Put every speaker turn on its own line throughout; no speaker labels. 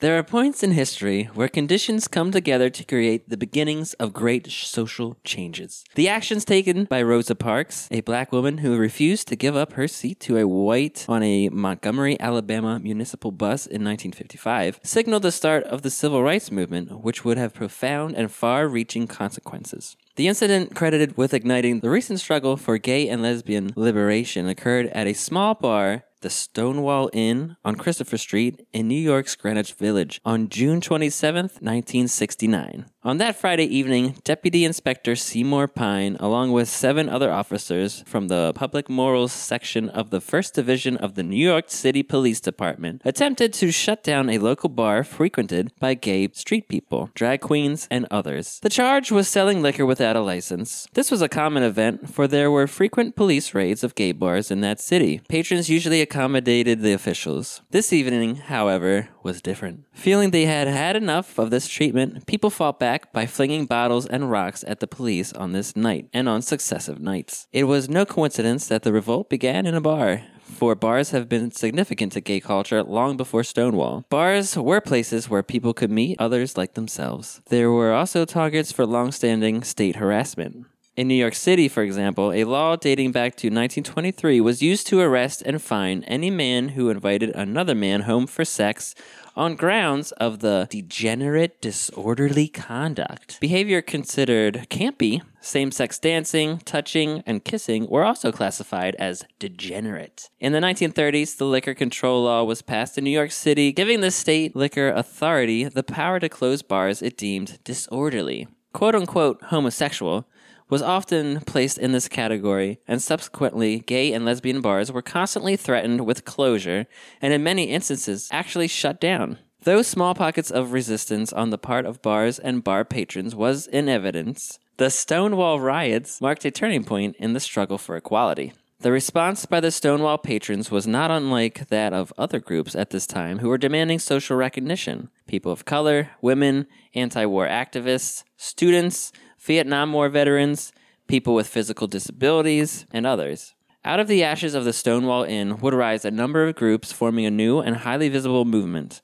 There are points in history where conditions come together to create the beginnings of great sh- social changes. The actions taken by Rosa Parks, a black woman who refused to give up her seat to a white on a Montgomery, Alabama municipal bus in 1955, signaled the start of the civil rights movement, which would have profound and far reaching consequences. The incident credited with igniting the recent struggle for gay and lesbian liberation occurred at a small bar, the Stonewall Inn, on Christopher Street in New York's Greenwich Village on June 27, 1969. On that Friday evening, Deputy Inspector Seymour Pine, along with seven other officers from the Public Morals section of the 1st Division of the New York City Police Department, attempted to shut down a local bar frequented by gay street people, drag queens, and others. The charge was selling liquor without a license. This was a common event, for there were frequent police raids of gay bars in that city. Patrons usually accommodated the officials. This evening, however, was different. Feeling they had had enough of this treatment, people fought back by flinging bottles and rocks at the police on this night and on successive nights. It was no coincidence that the revolt began in a bar for bars have been significant to gay culture long before Stonewall. Bars were places where people could meet others like themselves. There were also targets for long-standing state harassment. In New York City, for example, a law dating back to 1923 was used to arrest and fine any man who invited another man home for sex on grounds of the degenerate disorderly conduct. Behavior considered campy, same sex dancing, touching, and kissing were also classified as degenerate. In the 1930s, the liquor control law was passed in New York City, giving the state liquor authority the power to close bars it deemed disorderly. Quote unquote homosexual was often placed in this category, and subsequently, gay and lesbian bars were constantly threatened with closure and, in many instances, actually shut down. Though small pockets of resistance on the part of bars and bar patrons was in evidence, the Stonewall riots marked a turning point in the struggle for equality. The response by the Stonewall patrons was not unlike that of other groups at this time who were demanding social recognition people of color, women, anti war activists, students, Vietnam War veterans, people with physical disabilities, and others. Out of the ashes of the Stonewall Inn would rise a number of groups forming a new and highly visible movement.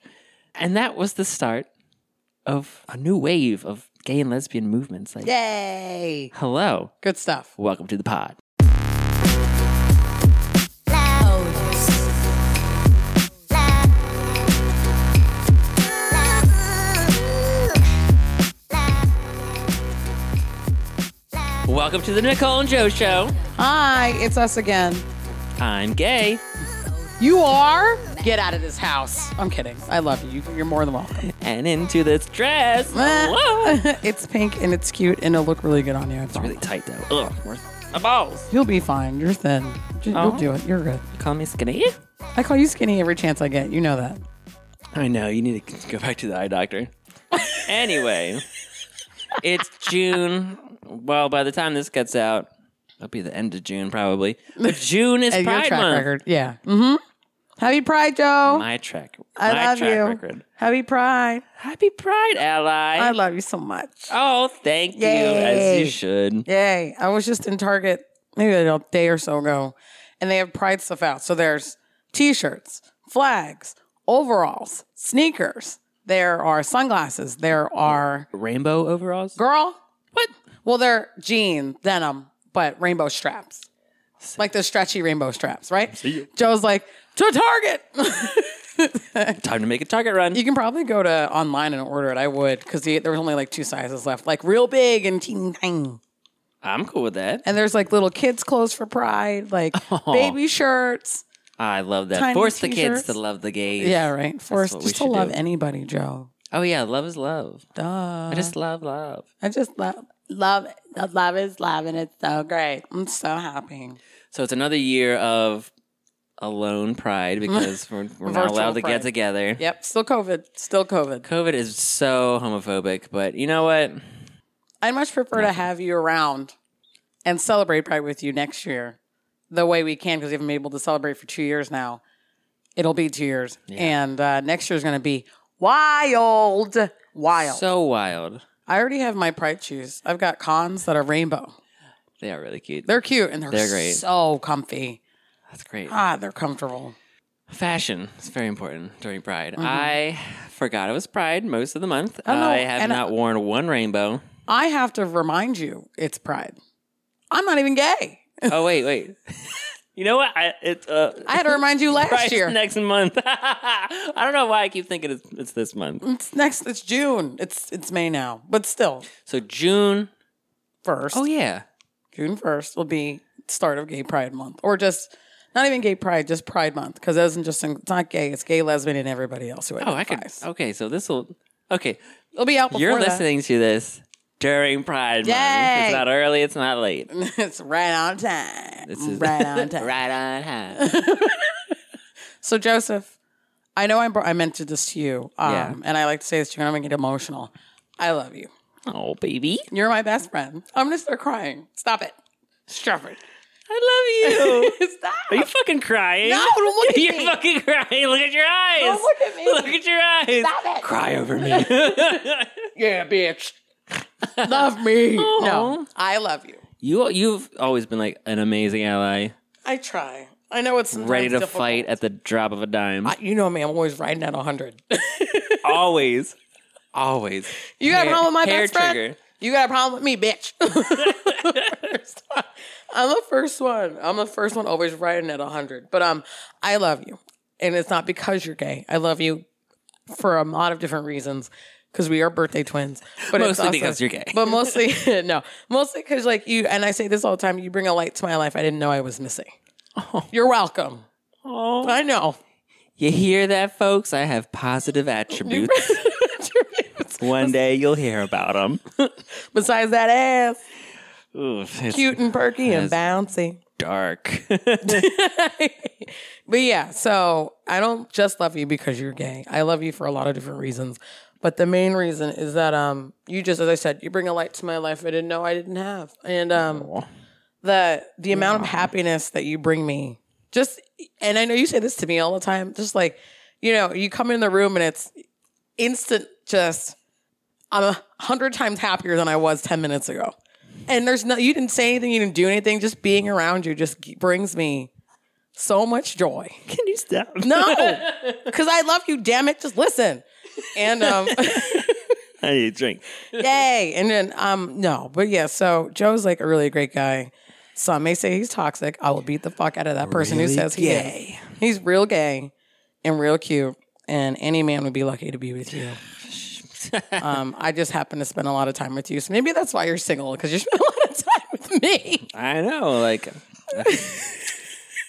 And that was the start of a new wave of gay and lesbian movements. Like,
Yay!
hello,
Good stuff.
welcome to the pod. Welcome to the Nicole and Joe Show.
Hi, it's us again.
I'm gay.
You are? Get out of this house. I'm kidding. I love you. You're more than welcome.
and into this dress. Whoa.
it's pink and it's cute and it'll look really good on you. I promise.
really tight though. Ugh, where's my balls?
You'll be fine. You're thin. J- You'll
Oh.
do it. You're good.
You call me skinny?
I call you skinny every chance I get. You know that.
I know. You need to go back to the eye doctor. anyway, it's June. Well, by the time this gets out, it'll be the end of June probably. But June is
And your
Pride
track
Month.
record. Yeah. Mm-hmm. Happy Pride, Joe.
My track.
I
my
love
track
you.
record.
Happy Pride.
Happy Pride, ally.
I love you so much.
oh, thank you. As
Yay.
you should.
Yay. I was just in Target maybe a day or so ago, and they have pride stuff out. So there's t shirts, flags, overalls, sneakers. There are sunglasses. There are,
Rainbow overalls.
girl,
What?
well, they're jeans, denim, but rainbow straps. Like the stretchy rainbow straps, right? Joe's like, to Target.
Time to make a target run.
You can probably go to online and order it. I would because there was only like two sizes left, like real big and teeny tiny.
I'm cool with that.
And there's like little kids' clothes for Pride, like baby shirts.
I love that.
Tiny
Force the
t-shirts.
kids to love the gays.
Yeah, right. For us
what we
just to
should
love
do.
anybody, Joe.
Oh yeah, love is love.
Duh. I
I
just,
just love love.
love, love, love is love, and it's so great. I'm so happy.
So it's another year of alone pride because we're, we're not
Virtual
allowed to
pride.
get together.
Yep. Still COVID. Still COVID.
COVID is so homophobic, but you know what?
I'd much prefer to have you around and celebrate Pride with you next year the way we can because we haven't been able to celebrate for two years now. It'll be two years. And uh, next year's going to be wild. Wild.
So wild.
I already have my Pride shoes. I've got cons that are rainbow.
They are really cute.
They're cute and they're,
They're great.
so comfy.
That's great.
Ah, they're comfortable.
Fashion is very important during Pride. I forgot it was Pride most of the month.
Mm-hmm. Oh, no,
I have
and I-
not worn one rainbow.
I have to remind you, it's pride. I'm not even gay.
oh wait, wait. you know what? I it's uh,
I had to remind you last
Pride's
year.
next month. I don't know why I keep thinking it's, it's this month.
It's next. It's June. It's it's May now, but still,
So June.
first
Oh yeah.
June first will be start of Gay Pride Month, or just not even Gay Pride, just Pride Month, because it isn't just it's not gay. It's gay, lesbian, and everybody else who
Oh, I could.
identifies.
Okay, so this will. Okay,
It'll be out before
you're
that.
listening to this during Pride Month.
Yay.
It's not early. It's not late.
it's right on time.
This is
right on time.
right on time.
So Joseph, I know I brought, I mentioned this to you, um,
Yeah.
and I like to say this to you, and I'm gonna get emotional. I love you.
oh baby,
You're my best friend. I'm gonna start crying. Stop it. Stop it.
I love you.
Stop.
Are you fucking crying?
No, don't look at
You're
me.
fucking crying. Look at your eyes.
Don't look at me.
Look at your eyes.
Stop it.
Cry over me.
Yeah, bitch. love me.
Aw.
No, I love you.
you you've always been like an amazing ally,
I try. I know it's sometimes
ready to
difficult.
fight at the drop of a dime.
I- you know me. I'm always riding at 100.
always, always.
You got a
Hair-
problem with my
hair
best friend?
trigger.
You got a problem with me, bitch. I'm the first one. I'm the first one always riding at 100. But um, I love you. And it's not because you're gay. I love you for a lot of different reasons because we are birthday twins. But it's
Mostly because you're gay.
But mostly, no. Mostly because, like, you, and I say this all the time, you bring a light to my life I didn't know I was missing. You're welcome.
Oh.
I know.
You hear that, folks? I have positive attributes. One day you'll hear about them.
Besides that ass,
it's
cute and perky and bouncy.
dark.
But yeah, so I don't just love you because you're gay. I love you for a lot of different reasons. But the main reason is that um you just as I said, you bring a light to my life I didn't know I didn't have. And um the the amount of happiness that you bring me. Just and I know you say this to me all the time, just like, you know, you come in the room and it's instant just I'm a hundred times happier than I was ten minutes ago. And there's no you didn't say anything, you didn't do anything, just being around you just g- brings me so much joy.
Can you stop?
No, because I love you. Damn it, just listen. And um,
I need a drink.
yay. And then um, no, but yeah. So Joe's like a really great guy. Some may say he's toxic. I will beat the fuck out of that person who
Really
says he is.
gay.
He's real gay and real cute. And any man would be lucky to be with you. Um, I just happen to spend a lot of time with you, so maybe that's why you're single because you spend a lot of time with me.
I know, like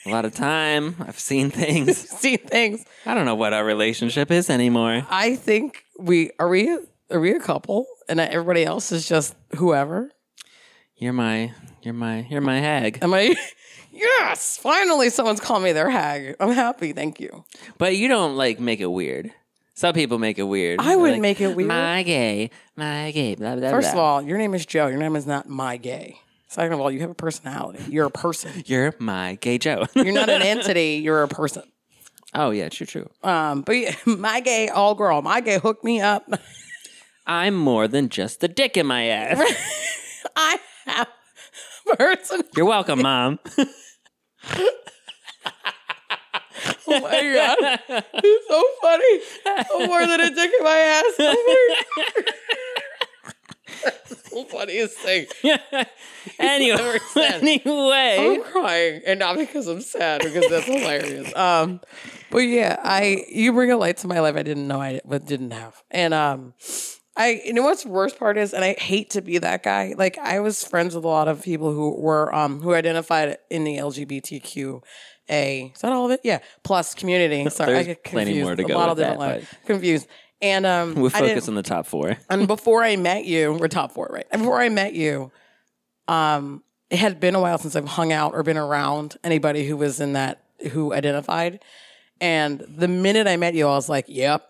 a lot of time. I've seen things.
See things.
I don't know what our relationship is anymore.
I think we are we are we a couple, and everybody else is just whoever.
You're my, you're my, you're my hag.
Am I? Yes, finally someone's calling me their hag. I'm happy. Thank you.
But you don't like make it weird. Some people make it weird.
I
They're
wouldn't
like,
make it weird.
My gay, my gay. Blah, blah, blah.
First of all, your name is Joe. Your name is not my gay. Second of all, you have a personality. You're a person.
you're my gay Joe.
You're not an entity. You're a person.
oh yeah, true, true.
Um, but yeah, my gay all girl, my gay hooked me up.
I'm more than just the dick in my ass.
I have a person.
You're welcome, mom.
Oh my god, it's so funny. I'm more than a dick in my ass. Oh my god. That's the funniest thing.
anyway, anyway.
I'm crying, and not because I'm sad, because that's hilarious. Um, but yeah, I you bring a light to my life I didn't know I but didn't have, and um, I you know what's the worst part is, and I hate to be that guy. Like I was friends with a lot of people who were um who identified in the LGBTQ. A is that all of it? Yeah, plus community. Sorry, I
There's
get confused.
plenty more to
a
go
lot
with
of different
that,
lines. Confused, and um,
We'll
I didn't-
focus on the top four.
and before I met you, we're top four, right? And before I met you, um, it had been a while since I've hung out or been around anybody who was in that who identified. And the minute I met you, I was like, "Yep,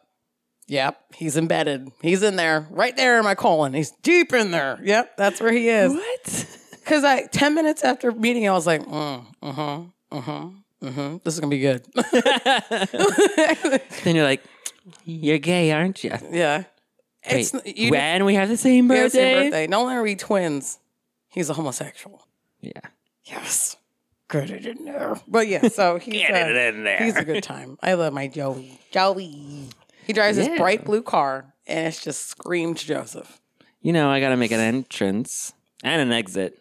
yep, he's embedded. He's in there, right there in my colon. He's deep in there. Yep, that's where he is."
What?
Because I ten minutes after meeting, you, I was like, "Mm, uh huh, uh huh, uh huh. This is gonna be good."
Then you're like, you're gay, aren't you?
yeah, it's
Wait,
you didn't-
when we have the same
we
birthday?
have the same birthday. Not only are we twins, he's a homosexual.
Yeah.
Yes. Get it in there. But yeah, so he's
Get
a,
it in there.
He's a good time. I love my Joey. Joey. He drives
Yeah.
this bright blue car, and it's just screamed Joseph.
You know, I gotta make an entrance and an exit.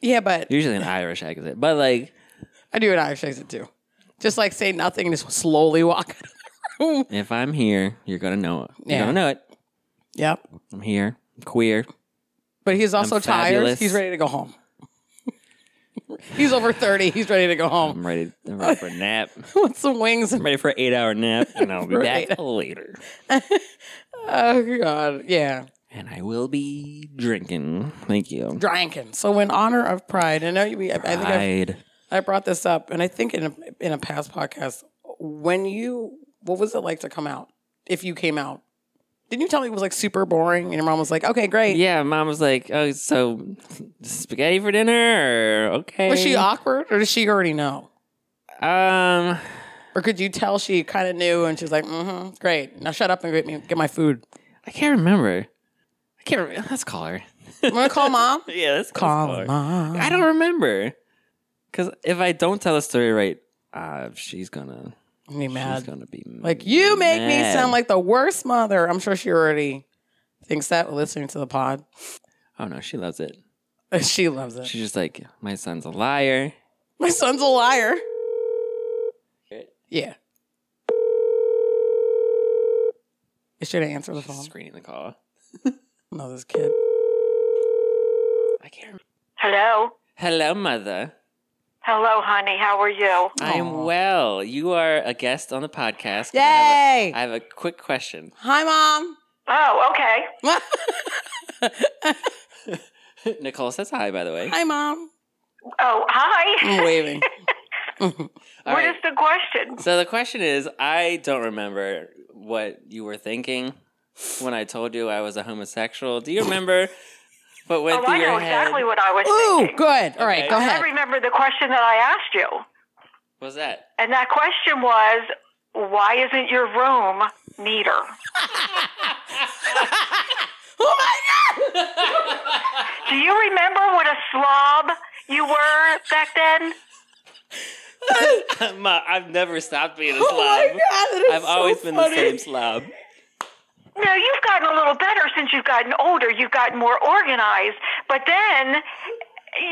Yeah, but
Usually an Irish exit, but like,
I do an Irish exit too. Just like say nothing and just slowly walk out of the room.
if I'm here, you're gonna know it. You're
Yeah.
gonna know it.
Yep.
I'm here. I'm queer.
But he's also tired.
fabulous.
He's ready to go home. he's over 30. He's ready to go home.
I'm ready. I'm ready for a nap.
With some wings.
I'm
And,
ready for an eight-hour nap, and I'll be
For
back
eight-
later.
oh, God. Yeah.
And I will be drinking. Thank you.
Drinking. So, in honor of Pride, I know you, I, I think I've,
Pride.
I brought this up, and I think in a, in a past podcast, when you, what was it like to come out? If you came out, didn't you tell me it was like super boring? And your mom was like, okay, great.
Yeah, mom was like, "Oh, so spaghetti for dinner? Or, okay."
Was she awkward or does she already know?
Um,
Or could you tell she kind of knew and she's like, mm-hmm, great. Now shut up and get me get my food.
I can't remember. I can't. Remember. Let's call her.
I'm gonna call mom.
Yeah, let's
call
her.
mom.
I don't remember. Because if I don't tell the story right, uh, she's gonna
I'm gonna be
she's
mad.
gonna be
Like you make me
mad.
sound like the worst mother. I'm sure she already thinks that listening to the pod.
Oh no, she loves it.
she loves it.
She's just like my son's a liar.
My son's a liar. Yeah. It should answer the
She's
phone.
screening the call.
No, this kid.
I can't. Remember.
Hello.
Hello, mother.
Hello, honey. How are you?
I am
Aw.
well. You are a guest on the podcast. and I have
Yay!
a- I have a quick question.
Hi, mom.
Oh, okay.
Nicole says hi, by the way.
Hi, mom.
Oh, hi.
I'm waving.
All
What
right.
is the question?
So the question is, I don't remember what you were thinking when I told you I was a homosexual. Do you remember what went
Oh,
through
I
your
know
head?
exactly what I was
Ooh,
thinking.
good. All right, go
I
ahead.
remember the question that I asked you,
What was that?
and that question was, "Why isn't your room neater?"
Oh my god!
Do you remember what a slob you were back then?
Ma, I've never stopped being a slob.
Oh my god! that is
I've
so
always been the
funny.
same slob.
No, you've gotten a little better since you've gotten older. You've gotten more organized. But then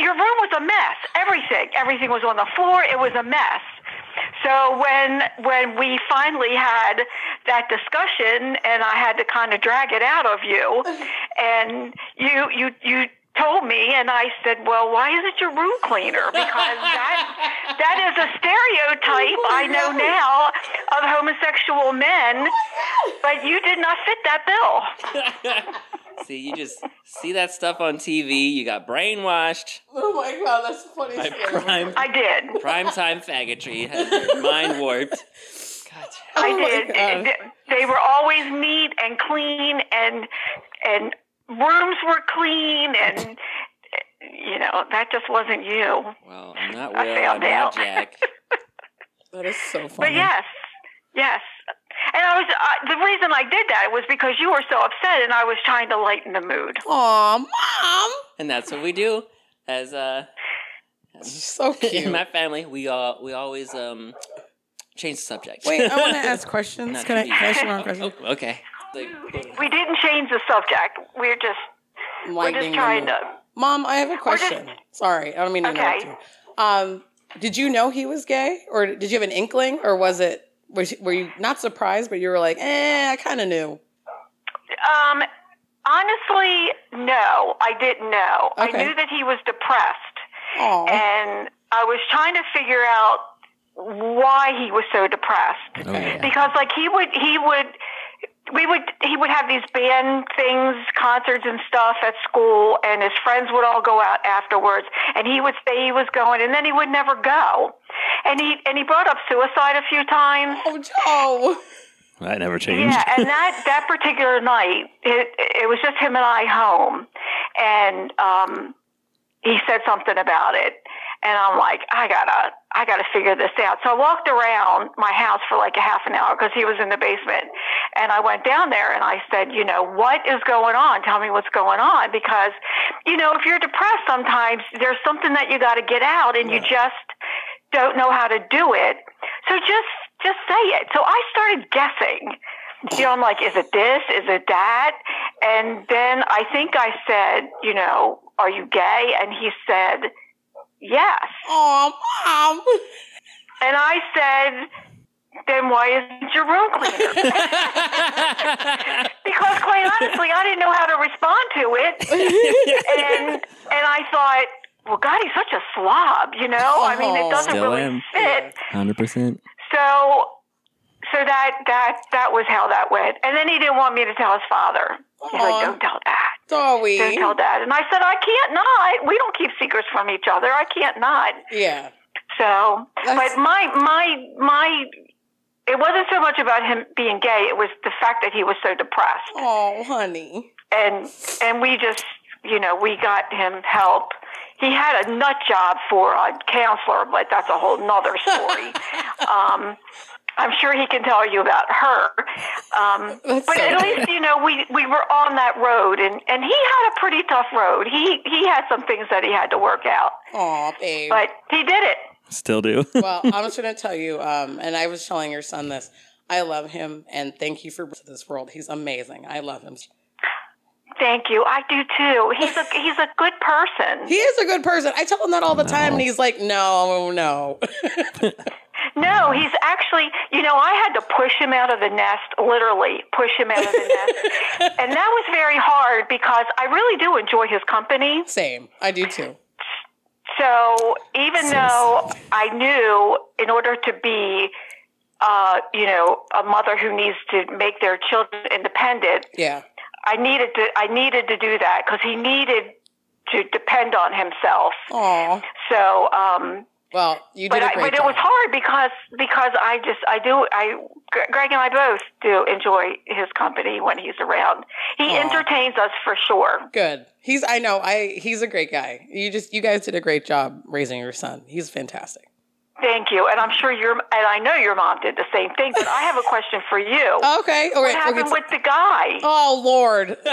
your room was a mess. Everything, everything was on the floor. It was a mess. So when when we finally had that discussion and I had to kind of drag it out of you and you you you told me and I said, "Well, why isn't your room cleaner?" Because that that is a stereotype I know now of homosexual men. But you did not fit that bill.
See, you just see that stuff on TV. You got brainwashed.
Oh my god, that's the funniest thing. I've ever heard.
Prime,
I did.
prime time faggotry has your mind warped. Gotcha.
I
Oh my
did.
God.
Th- They were always neat and clean, and and rooms were clean, and you know that just wasn't you.
Well, I'm not Will.
I
I'm
found
not
out.
Jack.
That is so funny.
But yes, yes. And I was uh, the reason I did that was because you were so upset, and I was trying to lighten the mood.
Aw, mom.
And that's what we do as uh,
She's so cute.
in my family. We all we always um change the subject.
Wait, I want to ask questions.
Not
Can I,
you.
can I ask you one question?
Oh, okay. Like,
We didn't change the subject. We're just we're
Lightning
just trying
round.
to.
Mom, I have a question. Sorry, I don't mean to
Okay.
interrupt you. Um, did you know he was gay, or did you have an inkling, or was it? Was, were you not surprised, but you were like, "Eh, I kind of knew."
Um, honestly, no, I didn't know.
Okay.
I knew that he was depressed.
Aw,
and I was trying to figure out why he was so depressed.
oh, yeah.
Because like he would he would we would he would have these band things, concerts and stuff at school and his friends would all go out afterwards and he would say he was going and then he would never go. And he and he brought up suicide a few times.
oh, Joe.
I never changed.
Yeah, and that that particular night, it, it was just him and I home, and um, he said something about it, and I'm like, I gotta, I gotta figure this out. So I walked around my house for like a half an hour because he was in the basement, and I went down there and I said, you know, what is going on? Tell me what's going on because, you know, if you're depressed, sometimes there's something that you got to get out, and you just don't know how to do it. So just, just say it. So I started guessing. You know, I'm like, is it this? Is it that? And then I think I said, you know, are you gay? And he said, yes.
Oh, mom.
And I said, then why isn't your room cleaner? because quite honestly, I didn't know how to respond to it. and and I thought, well, God, he's such a slob, you know? I mean, it doesn't
Still
really
am.
fit.
Hundred percent.
So so that that that was how that went. And then he didn't want me to tell his father. He's
Aw.
like, don't tell dad. Don't
Sorry.
tell dad. And I said, I can't not. We don't keep secrets from each other. I can't not.
Yeah.
So,
That's-
but my my my, it wasn't so much about him being gay. It was the fact that he was so depressed,
Oh, honey.
and and we just you know we got him help. He had a nut job for a counselor, but that's a whole nother story. um, I'm sure he can tell you about her. Um,
That's
but
so
at least you know we we were on that road, and and he had a pretty tough road. He he had some things that he had to work out,
Oh, babe.
but he did it.
Still do.
well, I'm just gonna tell you, um, and I was telling your son this. I love him, and thank you for bringing him to this world. He's amazing. I love him.
Thank you. I do too. He's a he's a good person.
He is a good person. I tell him that all the time, and he's like, "No, no."
No, he's actually you know, I had to push him out of the nest, literally push him out of the nest. And that was very hard because I really do enjoy his company.
Same. I do too.
So even though I knew in order to be uh, you know, a mother who needs to make their children independent,
Yeah.
I needed to I needed to do that because he needed to depend on himself.
Aw.
So um
Well, you did
but
a
I,
great
but
job.
it was hard because because I just I do I Gre- Greg and I both do enjoy his company when he's around. He
Aw.
entertains us for sure.
Good. He's. I know. I. He's a great guy. You just. You guys did a great job raising your son. He's fantastic.
Thank you, and I'm sure your and I know your mom did the same thing. But I have a question for you.
Okay. All
what
Oh, right.
happened
okay.
with the guy?
oh Lord. am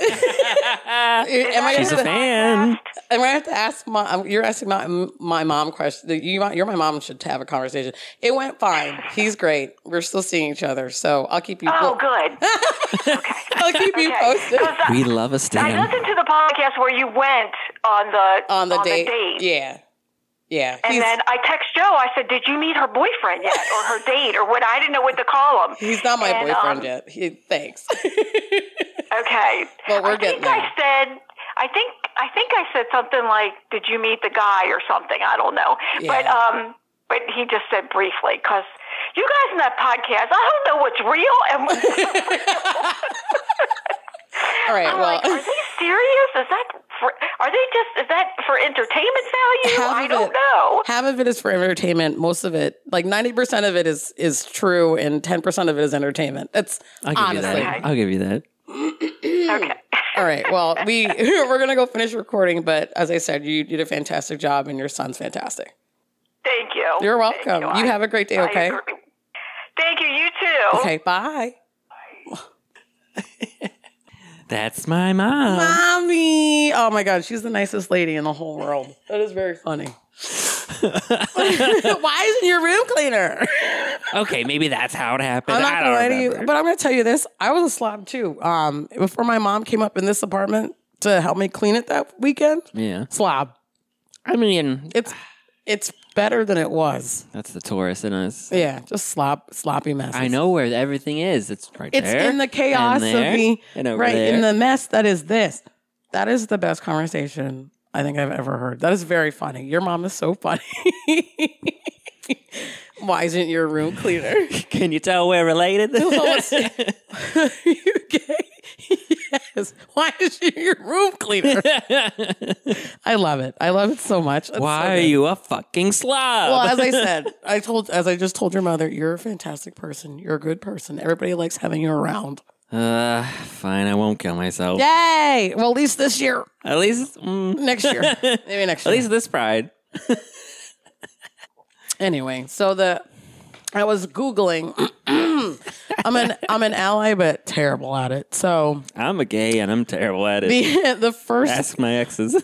I
She's
gonna
a fan.
I'm gonna have to ask my. um, You're asking my my mom question. You you're my mom should have a conversation. It went fine. He's great. We're still seeing each other, so I'll keep you.
Oh, good.
I'll keep you posted
Because
We love a
I, I
stan.
listened to the podcast where you went on the
on the date.
date.
Yeah, yeah.
And
he's
then I text Joe. I said, "Did you meet her boyfriend yet, or her date, or what?" I didn't know what to call him.
he's not my
and,
boyfriend
um,
yet. He, thanks.
Okay.
Well, we're
I
getting there.
think I said I think I think I said something like, "Did you meet the guy or something?" I don't know, but
Yeah.
um, but he just said briefly because you guys in that podcast, I don't know what's real and what's
All right.
I'm
Well,
like, are they serious? Is that for, are they just is that for entertainment value?
Half
I
of
don't
it-
know.
half of it is for entertainment. Most of it, like ninety percent of it, is is true, and ten percent of it is entertainment. That's
I'll give you
honestly.
that. I'll give you that.
Okay.
All right. Well, we we're gonna go finish recording, but as I said, you did a fantastic job, and your son's fantastic.
Thank you.
You're
Thank
welcome. You
I-
have a great day.
I
Okay.
agree. Thank you. You too.
Okay. Bye,
That's my mom.
mommy. Oh my God, she's the nicest lady in the whole world. That is very funny. Why isn't your room cleaner?
Okay, maybe that's how it happened.
I'm not
I
gonna lie
don't
to you,
remember.
but I'm gonna tell you this. I was a slob too. Um, before my mom came up in this apartment to help me clean it that weekend,
yeah.
slob.
I mean,
It's it's better than it was.
that's the Taurus in us.
Yeah, just slop sloppy mess.
I know where everything is. It's right
It's
there.
in the chaos
and there,
of me,
and over
right
there.
in the mess that is this. That is the best conversation I think I've ever heard. That is very funny. Your mom is so funny. Why isn't your room cleaner?
Can you tell we're related?
Are you gay? yes. Why is your room cleaner? I love it. I love it so much. It's so
Why are
good.
you a fucking slob?
Well, as I said, I told as I just told your mother, you're a fantastic person. You're a good person. Everybody likes having you around.
uh, fine. I won't kill myself.
Yay! Well, at least this year.
At least, mm,
Next year. Maybe next
at
year.
least this pride.
Anyway, so the I was googling. I'm an I'm an ally, but terrible at it. So
I'm a gay and I'm terrible at it.
the the first
Ask my exes.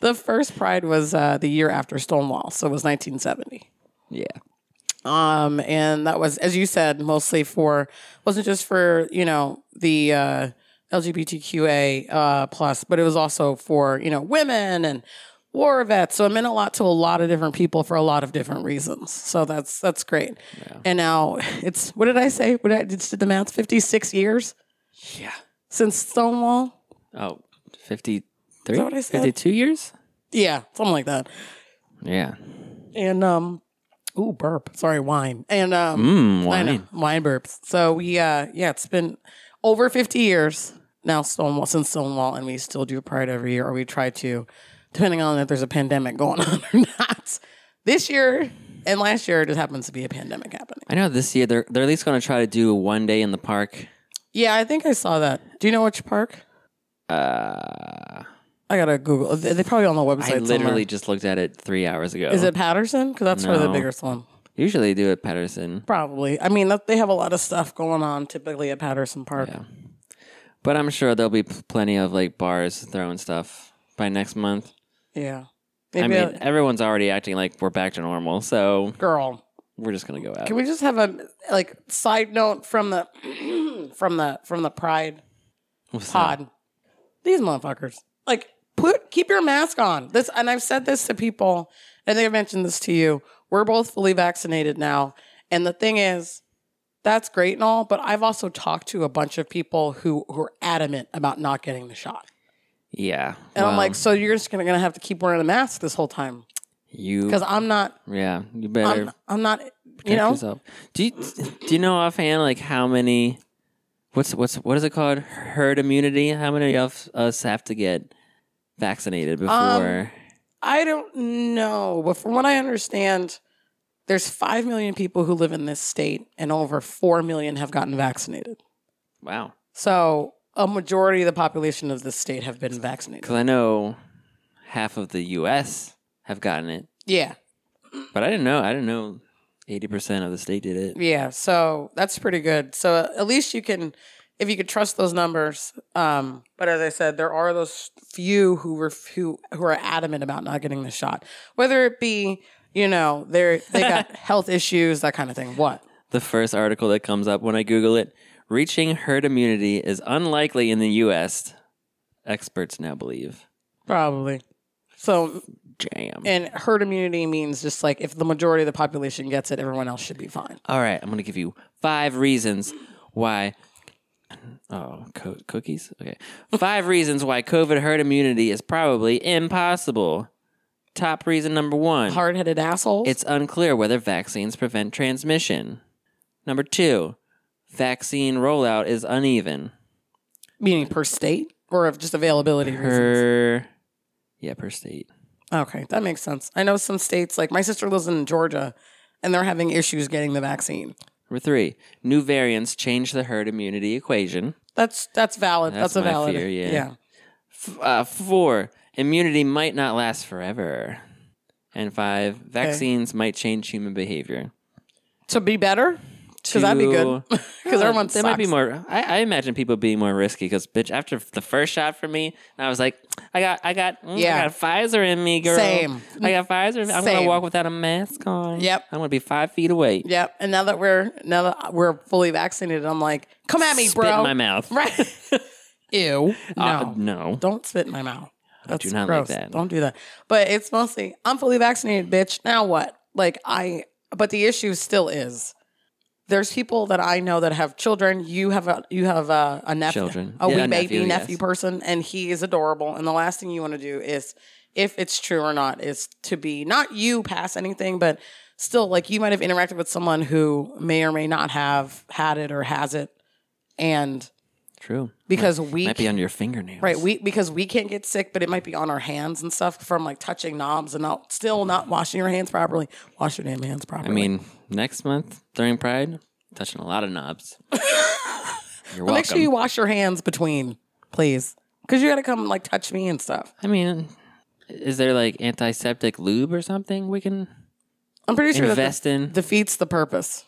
the first Pride was uh, the year after Stonewall, so it was 1970.
yeah.
Um, and that was, as you said, mostly for wasn't just for you know the uh, LGBTQA uh, plus, but it was also for you know women and war vets. So it meant a lot to a lot of different people for a lot of different reasons. So that's that's great. And now it's what did I say? What did I just did the math? 56 years
Yeah.
since Stonewall.
Oh, 53?
Is that what I said?
52 years?
Yeah, something like that.
Yeah.
And um, ooh, burp. Sorry, wine. And um.
Mmm,
I know,
wine.
wine burps. So we, uh, yeah, it's been over 50 years now Stonewall since Stonewall, and we still do Pride every year, or we try to, depending on if there's a pandemic going on or not. This year and last year, it just happens to be a pandemic happening.
I know this year they're, they're at least going to try to do a one day in the park.
Yeah, I think I saw that. Do you know which park?
Uh,
I gotta Google. They- They're probably on the website.
I literally
somewhere.
just looked at it three hours ago.
Is it Patterson? Because that's probably the
No.
biggest one.
Usually they do it Patterson.
Probably. I mean, that, they have a lot of stuff going on typically at Patterson Park.
Yeah. But I'm sure there'll be pl- plenty of like bars throwing stuff by next month.
Yeah.
I
Maybe
mean,
a-
everyone's already acting like we're back to normal, so
girl.
we're just gonna go out.
Can we just have a like side note from the from the from the Pride
What's that?
pod? These motherfuckers. Like put keep your mask on. This and I've said this to people, and I think I mentioned this to you. We're both fully vaccinated now. And the thing is, that's great and all, but I've also talked to a bunch of people who who are adamant about not getting the shot.
Yeah.
And I'm
well,
like, so you're just gonna, gonna have to keep wearing a mask this whole time.
you.
Because I'm not
Yeah, you better
I'm, I'm not
protect
you know
yourself. Do you do you know offhand like how many? What's what's what is it called? Herd immunity. How many of us have to get vaccinated
Um,
before?
I don't know, but from what I understand, there's 5 million people who live in this state and over 4 million have gotten vaccinated.
wow.
So, a majority of the population of this state have been vaccinated.
Because I know half of the U.S. have gotten it,
Yeah.
but I didn't know. I didn't know eighty percent of the state did it.
Yeah, so that's pretty good. So, at least you can if you could trust those numbers. Um, but as I said, there are those few who were who, who are adamant about not getting the shot. Whether it be, you know, they're they got health issues, that kind of thing. What?
The first article that comes up when I Google it: reaching herd immunity is unlikely in the U.S. Experts now believe.
Probably. So
Jam.
And herd immunity means just like if the majority of the population gets it, everyone else should be fine.
All right, I'm gonna give you five reasons why. Oh, co- cookies. Okay, five reasons why COVID herd immunity is probably impossible. Top reason number one:
Hard headed assholes.
it's unclear whether vaccines prevent transmission. Number two: vaccine rollout is uneven.
meaning per state or of just availability reasons.
Per yeah, per state.
Okay, that makes sense. I know some states like my sister lives in Georgia and they're having issues getting the vaccine.
Number three: new variants change the herd immunity equation.
That's that's valid. That's,
That's
a
my
valid.
fear, yeah.
yeah.
F- uh, four, immunity might not last forever. And five, vaccines might change human behavior.
To be better, because that'd be good.
Two-
Because everyone
They might be
sucks.
more. I, I imagine people being more risky because, bitch, after the first shot for me, and I was like, I got, I got, mm,
Yeah.
I got Pfizer in me, girl.
Same.
I got Pfizer. I'm
Same.
gonna walk without a mask on.
Yep.
I'm gonna be five feet away.
Yep. And now that we're now that we're fully vaccinated, I'm like, come at me,
Spit
bro.
in my mouth.
Right. Ew. No.
Uh, no.
Don't spit in my mouth. That's
do not like
gross.
that.
Don't do that. But it's mostly I'm fully vaccinated, bitch. Now what? Like I but the issue still is there's people that I know that have children. You have a you have a, a nephew,
Children.
a
Yeah,
wee
a
baby
nephew,
nephew,
yes.
person, and he is adorable. And the last thing you want to do is, if it's true or not, is to be not you pass anything, but still like you might have interacted with someone who may or may not have had it or has it, and
True.
because we
might be on your fingernails.
Right, we because we can't get sick, but it might be on our hands and stuff from like touching knobs and not still not washing your hands properly. Wash your damn hands properly.
I mean, next month during Pride, touching a lot of knobs. You're welcome.
make sure you wash your hands between, please, because you got to come like touch me and stuff.
I mean, Is there like antiseptic lube or something we can
I'm pretty sure
invest in?
that defeats the purpose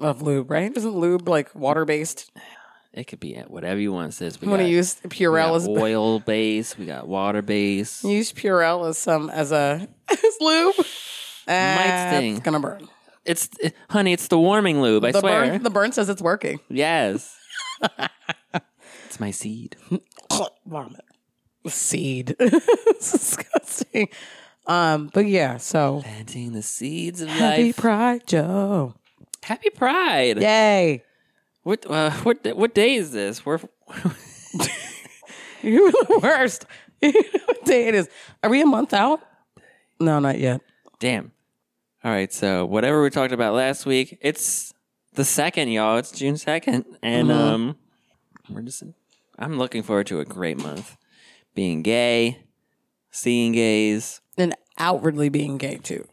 of lube, right? Isn't lube like water based?
it could be whatever you want, sis. We
You want to
got-
use
we
Purell
got
as
oil base. We got water base.
use Purell as some as a as lube. That's
sting.
gonna burn.
It's it- honey. It's the warming lube. I
the
swear.
burn the burn says it's working.
Yes. it's my seed.
Vomit. Seed. it's disgusting. Um, but yeah, so
Planting the seeds of
happy
life.
pride, Joe.
Happy Pride.
Yay.
What uh, what what day is this? We're
You are the worst. You know what day it is. Are we a month out? No, not yet.
damn. All right, so whatever we talked about last week, it's the second, y'all. It's June second, and
Mhm.
um, we're just. I'm looking forward to a great month, being gay, seeing gays.
And outwardly being gay too.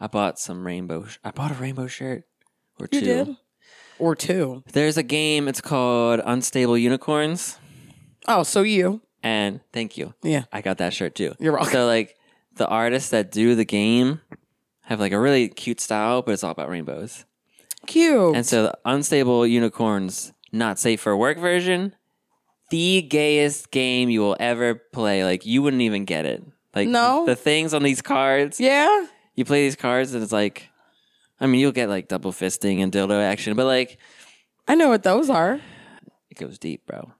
I bought some rainbow. Sh- I bought a rainbow shirt or two.
Or two.
There's a game. It's called Unstable Unicorns.
Oh, so you.
And thank you.
Yeah.
I got that shirt too.
You're welcome.
So like the artists that do the game have like a really cute style, but it's all about rainbows.
Cute.
And so the unstable unicorns, not safe for work version, the gayest game you will ever play. Like you wouldn't even get it. Like
No.
the things on these cards.
yeah.
You play these cards and it's like I mean you'll get like double fisting and dildo action, but like
I know what those are.
it goes deep, bro.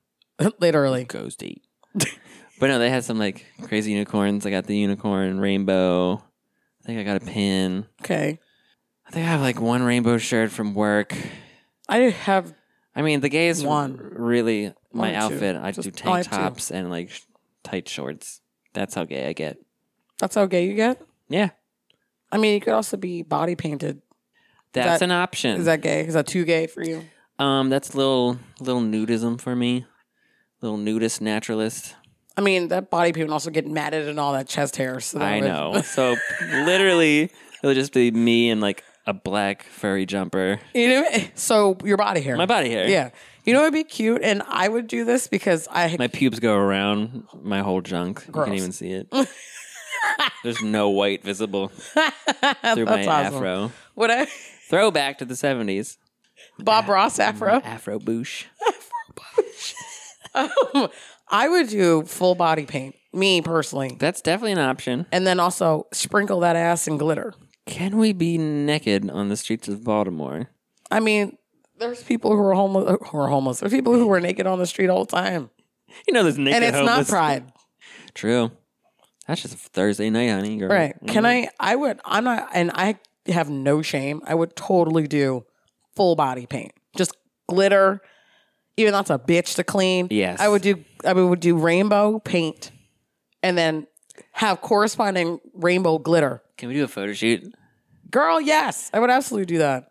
Literally.
Goes deep. but no, they had some like crazy unicorns. I got the unicorn rainbow. I think I got a pin.
Okay.
I think I have like one rainbow shirt from work.
I have
I mean, the gay is
One.
r- really
One
my
or two.
outfit. I
Just-
do
I
tank
have two.
tops and like sh- tight shorts. That's how gay I get.
that's how gay you get.
Yeah,
I mean, you could also be body painted.
that's
that-
an option.
Is that gay? Is that too gay for you?
um, that's little little nudism for me. Little nudist naturalist.
I mean, that body paint would also get matted and all that chest hair. So that
I
would-
know. so literally, it'll just be me and like a black furry jumper.
You know, so your body hair.
My body hair.
Yeah. You know, it'd be cute. And I would do this because I,
My pubes go around my whole junk. You
Gross.
can't even see it. There's no white visible through
that's
my
awesome.
afro.
What I,
Throwback to the 70s.
Bob Ross afro.
Afro boosh.
Um, I would do full body paint, me personally.
That's definitely an option.
And then also sprinkle that ass in glitter.
Can we be naked on the streets of Baltimore?
I mean, there's people who are homeless. Who are homeless. There's people who are naked on the street all the time,
You know, there's naked
and it's not
homeless-
pride,
True. That's just a Thursday night, honey. Girl.
right? Can I? I would. I'm not, and I have no shame. I would totally do full body paint, just glitter. Even that's a bitch to clean.
Yes.
I would do. I would do rainbow paint, and then have corresponding rainbow glitter.
Can we do a photo shoot?
Girl, yes, I would absolutely do that.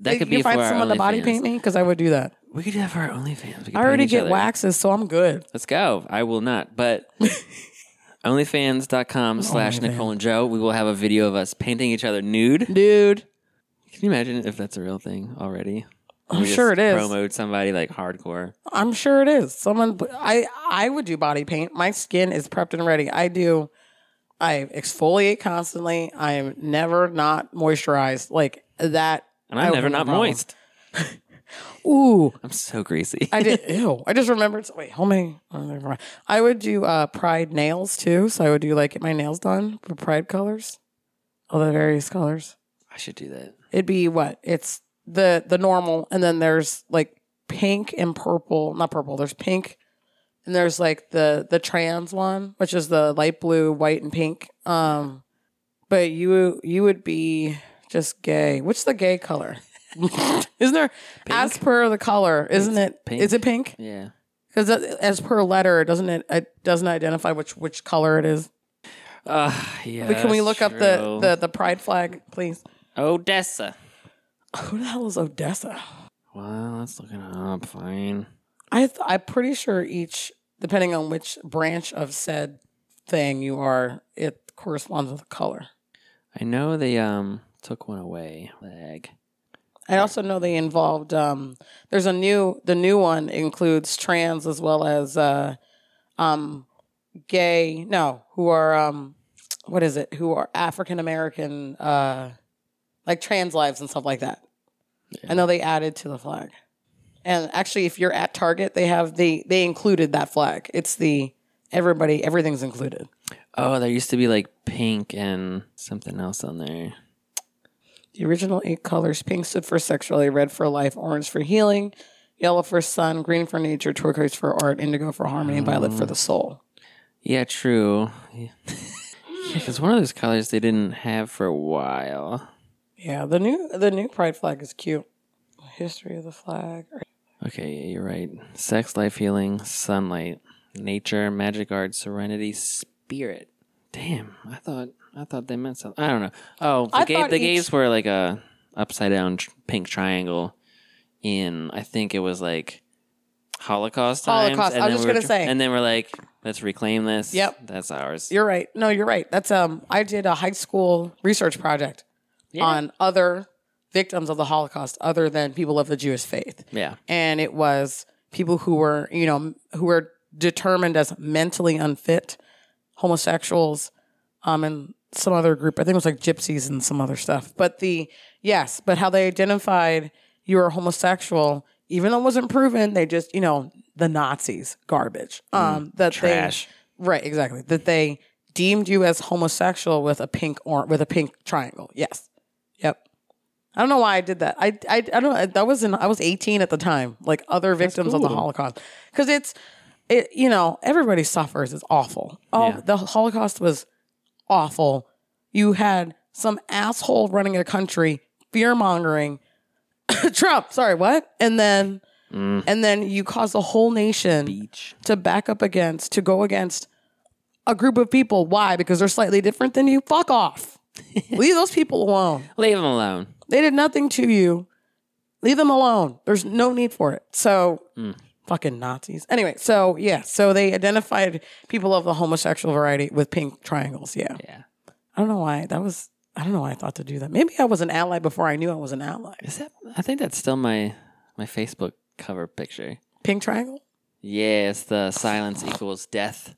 That could
you
be
find
for our
someone to body
OnlyFans.
paint me because I would do that.
We could do that for our OnlyFans. We could
I already
paint each
get
other.
waxes, so I'm good.
Let's go. I will not, but
Oh,
onlyfans.com slash Nicole and Joe. We will have a video of us painting each other nude. Can
Dude,
you imagine if that's a real thing already?
I'm
We just
sure it is.
Promote somebody like hardcore.
I'm sure it is. Someone I I would do body paint. My skin is prepped and ready. I do I exfoliate constantly. I am never not moisturized. Like that
And I'm
I
never
wouldn't
not
have a problem.
moist.
Ooh.
I'm so greasy.
I did ew. I just remembered wait, hold me. oh, never mind. I would do uh pride nails too. So I would do like get my nails done for pride colors. All the various colors.
I should do that.
It'd be what? It's the the normal, and then there's like pink and purple. Not purple. There's pink, and there's like the the trans one, which is the light blue, white, and pink. Um, but you you would be just gay. What's the gay color? isn't there as per the color? Isn't it? Is
pink.
it pink?
Yeah.
Because as per letter, doesn't it? It doesn't identify which which color it is.
Uh, yeah.
But can we
that's
look up the,
true.
the the pride flag, please?
Odessa?
Who the hell is Odessa?
Well, let's look it up. Fine.
I th- I'm pretty sure each, depending on which branch of said thing you are, it corresponds with a color.
I know they um took one away. Lag.
I also know they involved. Um, there's a new, the new one includes trans as well as uh, um, gay, no, who are um, what is it? Who are African American, uh, like trans lives and stuff like that. I know they added to the flag, and actually, if you're at Target, they have the they included that flag. It's the everybody, everything's included.
Oh, there used to be like pink and something else on there.
The original eight colors pink stood for sexuality, red for life, orange for healing, yellow for sun, green for nature, turquoise for art, indigo for harmony, and violet for the soul.
Yeah, true. Yeah, because one of those colors they didn't have for a while.
Yeah, the new the new pride flag is cute. History of the flag.
Okay, yeah, you're right. Sex, life, healing, sunlight, nature, magic, art, serenity, spirit. Damn, I thought I thought they meant something. I don't know. Oh, the,
I
ga-
thought
the
each-
gays were like a upside down tr- pink triangle. In I think it was like Holocaust times.
Holocaust, I was
then
just
we were
gonna
tr-
say.
And then we're like, let's reclaim this.
Yep.
that's ours.
You're right. No, you're right. That's um I did a high school research project
Yeah.
on other victims of the Holocaust other than people of the Jewish faith.
yeah,
And it was people who were, you know, m- who were determined as mentally unfit, homosexuals, um and some other group. I think it was like gypsies and some other stuff. But the yes, but how they identified you were homosexual even though it wasn't proven, they just, you know, the Nazis garbage. Um that they-
trash.
Right, exactly. That they deemed you as homosexual with a pink or with a pink triangle. Yes. Yep. I don't know why I did that. I I, I don't. That was in. I was 18 at the time. Like other victims of the
cool.
Holocaust, because it's, it you know everybody suffers. It's awful. Oh,
Yeah.
the Holocaust was awful. You had some asshole running a country, fear mongering. Trump. Sorry, what? And then,
Mm.
and then you caused the whole nation
Beach.
to back up against, to go against a group of people. Why? Because they're slightly different than you? Fuck off. Leave those people alone.
Leave them alone.
They did nothing to you. Leave them alone. There's no need for it. So,
Hmm.
fucking Nazis. Anyway, so yeah, so they identified people of the homosexual variety with pink triangles. Yeah.
Yeah.
I don't know why. That was, I don't know why I thought to do that. Maybe I was an ally before I knew I was an ally.
Is that? I think that's still my my Facebook cover picture.
Pink triangle?
Yeah, it's the silence equals death.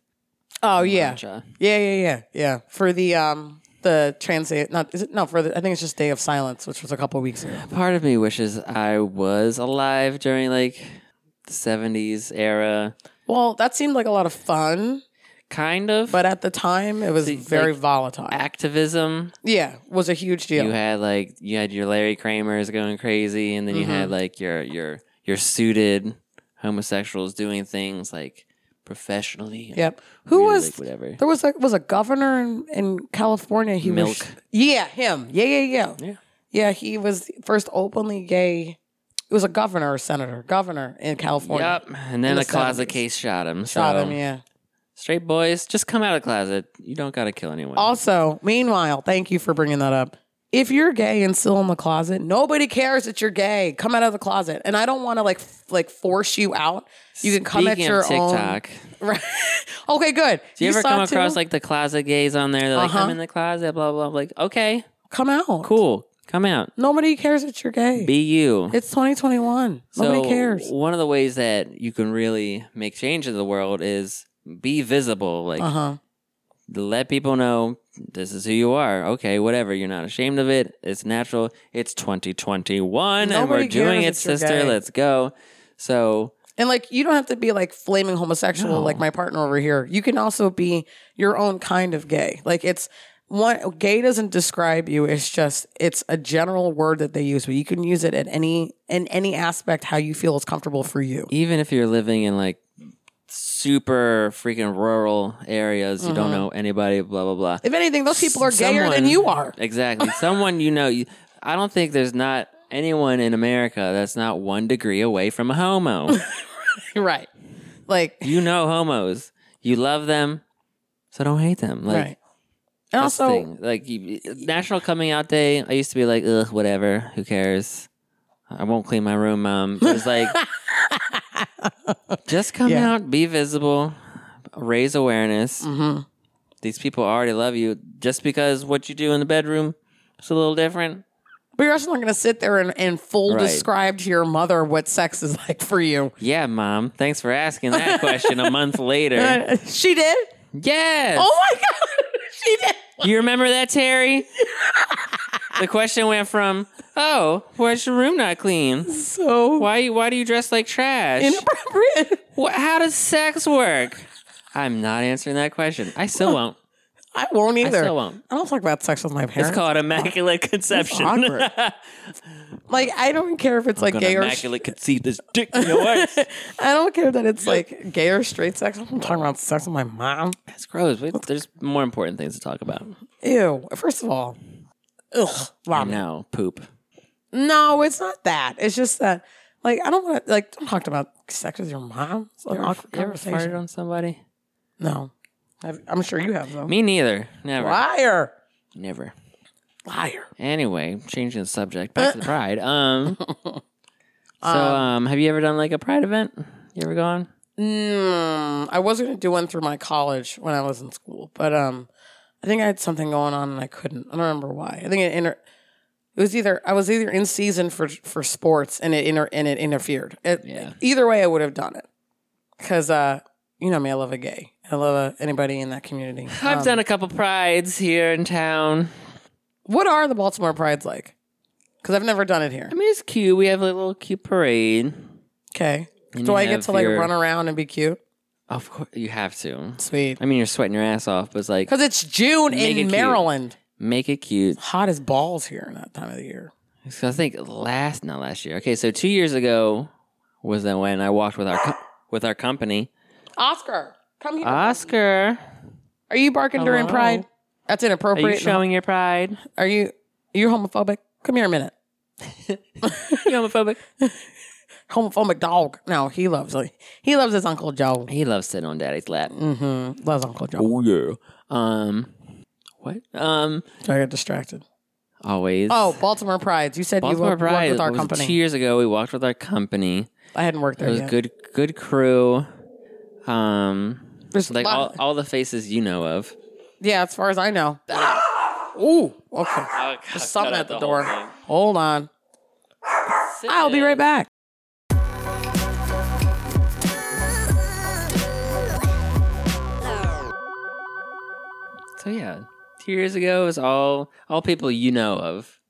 Oh, yeah.
mantra.
Yeah, yeah, yeah, yeah. For the um the transit, not is it? No, for the I think it's just Day of Silence, which was a couple weeks ago.
Part of me wishes I was alive during like the seventies era.
Well, that seemed like a lot of fun,
Kind of.
but at the time it was
See,
very
like,
volatile.
activism.
yeah, was a huge deal.
You had like you had your Larry Kramer's going crazy and then
Mm-hmm.
you had like your your your suited homosexuals doing things like professionally. and
yep. Who
really,
was
like, whatever.
there was a was a governor in, in California. He was
Milk.
yeah, him. Yeah, yeah, yeah.
Yeah.
Yeah, he was the first openly gay. It was a governor or senator, governor in California.
Yep. And then
the
a closet
70s.
case shot him. So
Shot him, yeah.
straight boys, just come out of the closet. You don't gotta kill anyone.
Also, meanwhile, thank you for bringing that up. If you're gay and still in the closet, nobody cares that you're gay. Come out of the closet, and I don't want to like f- like force you out. You can come
Speaking
at your
of TikTok.
own. Right. okay, good.
Do you, ever
saw
come
it too?
across like the closet gays on there? They're like,
Uh-huh.
I'm in the closet, blah, blah, blah. Like, okay,
come out?
cool. Come out.
Nobody cares that you're gay.
Be you.
it's 2021.
So,
nobody cares.
One of the ways that you can really make change in the world is be visible. Like,
Uh huh.
let people know this is who you are. Okay, whatever. You're not ashamed of it. It's natural. It's 2021 and
Nobody
we're doing it,
cares that you're
sister.
gay.
Let's go. So,
And like, you don't have to be like flaming homosexual,
No.
like my partner over here. You can also be your own kind of gay. Like, it's one gay doesn't describe you. It's just it's a general word that they use, but you can use it at any in any aspect how you feel is comfortable for you.
even if you're living in like super freaking rural areas, you don't know anybody, blah, blah, blah.
Uh-huh. If anything, those people are gayer than
Someone-
you are.
Exactly. Someone you know. You, I don't think there's not anyone in America that's not one degree away from a homo.
Right. Like
you know homos. You love them, so don't hate them. Like,
right. And
that's the
also,
thing. like you, National Coming Out Day, I used to be like, ugh, whatever. Who cares? I won't clean my room, mom. It was like, just come
Yeah.
out, be visible, raise awareness.
Mhm.
These people already love you. Just because what you do in the bedroom is a little different,
but you're also not going to sit there and, and full
Right.
describe to your mother what sex is like for you.
Yeah, mom. Thanks for asking that question a month later.
she did.
Yes.
Oh my God. she did.
You remember that, Terry? the question went from, "Oh, why is your room not clean?
So
Why why do you dress like trash?
inappropriate.
Wh- how does sex work?" I'm not answering that question. I still won't.
I won't either.
still won't.
I don't talk about sex with my parents.
It's called immaculate conception.
awkward. like I don't care if it's like
Gonna
gay or
immaculate conceive this dick in your ass.
I don't care that it's like gay or straight sex. I'm talking about sex with my mom.
That's gross. We- There's more important things to talk about.
Ew. First of all, ugh.
I
Vomit.
know, poop.
No, it's not that. It's just that, like, I don't want to like don't talk about sex with your mom. It's an
You ever,
awkward
you ever
conversation.
farted on somebody?
no, I've, I'm sure you have though.
Me neither. Never.
Liar.
Never.
Liar.
Anyway, changing the subject back to the pride. Um, so um, have you ever done like a pride event? You ever gone?
Mm, I was gonna do one through my college when I was in school, but um, I think I had something going on and I couldn't. I don't remember why. I think it inter- it was either I was either in season for for sports and it inter- and it interfered. It-
Yeah.
Either way, I would have done it because uh, you know me, I love a gay. I love uh, anybody in that community.
I've
Um,
done a couple prides here in town.
What are the Baltimore prides like? Because I've never done it here.
I mean, it's cute. We have a little cute parade.
Okay.
And
Do
you
I get
have
to like
your-
run around and be cute?
Of course, you have to.
Sweet.
I mean, you're sweating your ass off, but it's like
Because it's June
Make it
in
cute.
Maryland.
make it cute.
Hot as balls here in that time of the year.
So I think last, not last year. Okay, so two years ago was then when I walked with our co- with our company.
Oscar, come here.
Oscar,
are you barking during
hello?
Pride? That's
are you
inappropriate.
showing your pride?
Are you are you homophobic? Come here a minute.
you homophobic?
Homophobic dog. No, he loves he loves his uncle Joe.
He loves sitting on daddy's lap.
Mm-hmm. Loves Uncle Joe.
Oh yeah. Um, what? Um,
I got distracted.
always.
Oh, Baltimore Prides. You said
Baltimore
you worked, worked
Pride
with our
was
company.
two years ago. We walked with our company.
I hadn't worked
It
there
was
yet.
good, good crew. Um,
There's
like
lot-
all, all the faces you know of.
Yeah, as far as I know. Ooh, okay.
Oh, God,
There's something at the, door. Hold on. I'll be right back.
So yeah, two years ago it was all all people you know of.